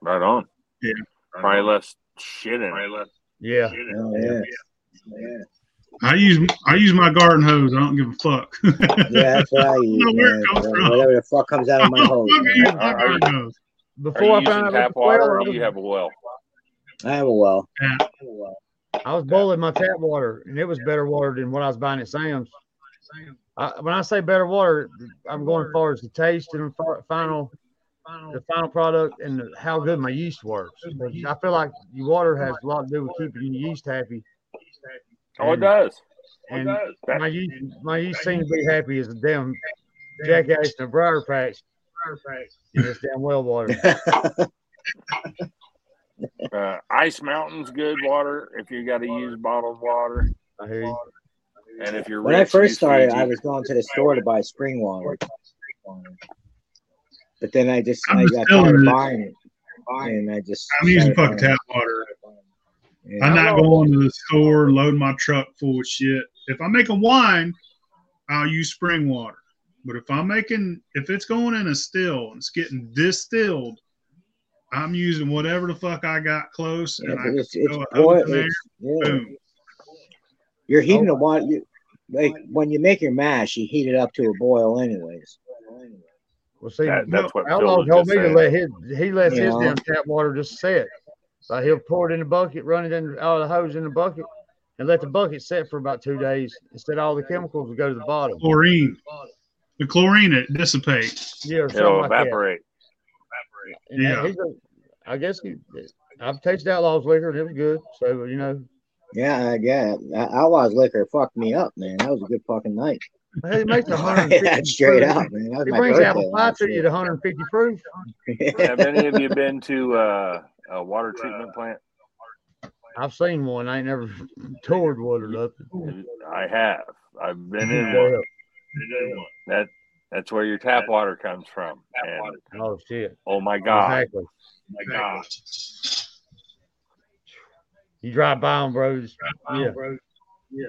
Right on.
Yeah.
Probably less shit in it.
Yeah,
oh, yeah. yeah,
I use I use my garden hose. I don't give a fuck.
yeah. That's what I use.
know where it
man.
comes from.
Whatever the fuck comes out of my
I don't
hose.
fucking
man.
use my garden hose.
Are you
before I found
using
out about
tap
the well,
water or
I
do
was
you have a well?
I have a Ah, well.
Yeah.
I have a well.
I was boiling my tap water, and it was better water than what I was buying at Sam's. I, when I say better water, I'm going far as the taste and the fi- final, the final product, and the, how good my yeast works. 'Cause I feel like your water has a lot to do with keeping your yeast happy.
Oh, it
And-
does.
And
That-
my yeast, my yeast seems to be happy as a damn jackass in a briar patch. In this damn well water.
uh, Ice Mountain's good water if you got to use bottled water,
I hear you.
and if you're
When
rich,
I first
use
started,
Fuji.
I was going to the store to buy spring water. But then I just
I'm
I
just
got
telling
tired
you.
of buying it. And I just
I'm using
started
fucking
buying
tap
it.
water.
Yeah.
I'm not going to the store and loading my truck full of shit. If I'm making wine, I'll use spring water. But if I'm making, if it's going in a still and it's getting distilled, I'm using whatever the fuck I got close,
Yeah,
and I
but it's
can
it's
throw it
boil,
open there.
it's, yeah.
Boom.
You're heating the water. You, like when you make your mash, you heat it up to a boil, anyways.
Well, see,
That- that's what Phil
Outlaw
was
told
just
me to
saying.
let his he lets his
Yeah.
damn tap water just set. So he'll pour it in the bucket, run it in out of the hose in the bucket, and let the bucket set for about two days. Instead, all the chemicals will go to the bottom.
Chlorine, the chlorine it dissipates.
Yeah, or something
It'll
like that.
evaporate.
And that-
Yeah.
he's a- I guess he, I've tasted Outlaw's liquor and it was good. So you know,
Yeah, I- yeah. That Outlaw's liquor fucked me up, man. That was a good fucking night.
he makes a hundred.
Yeah, straight out, man. That was
He
my
brings
birthday.
apple pie
last
to you
year.
to 150 proof.
Have any of you been to uh, uh, water treatment plant?
I've seen one. I ain't never toured one or nothing.
I have. I've been in one. That that's where your tap water comes from. And
Oh shit!
oh my god,
Exactly.
my god,
You drive by them, bro. Just, yeah.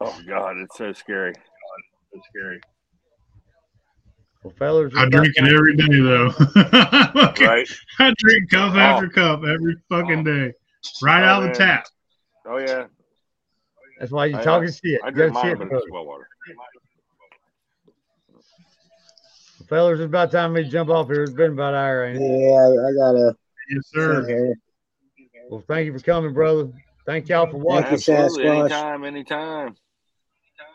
oh god, it's so scary. It's scary,
Well, fellas,
I drink it every day though. okay.
right?
I drink cup
Oh.
after cup every fucking day, right
Oh,
out of
man.
the tap.
Oh yeah,
That's why you
I-
talking shit.
I
Good
drink mine,
shit,
but
brother.
it's well water.
Fellas, it's about time we jump off here. It's been about an hour, ain't it?
Yeah, I gotta.
Yes,
Sure.
sir.
Here.
Well, thank you for coming, brother. Thank y'all for watching.
Absolutely,
Sasquatch.
anytime, anytime.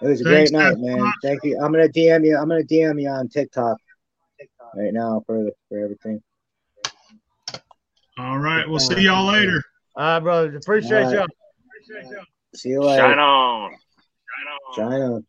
It was a
Thanks,
great night,
Sasquatch.
man. Thank you. I'm gonna DM you. I'm gonna DM you on TikTok right now for for everything.
All right. We'll see y'all later.
All right, brother. Appreciate
All right.
y'all.
See you later.
Shine on. Shine on.
China.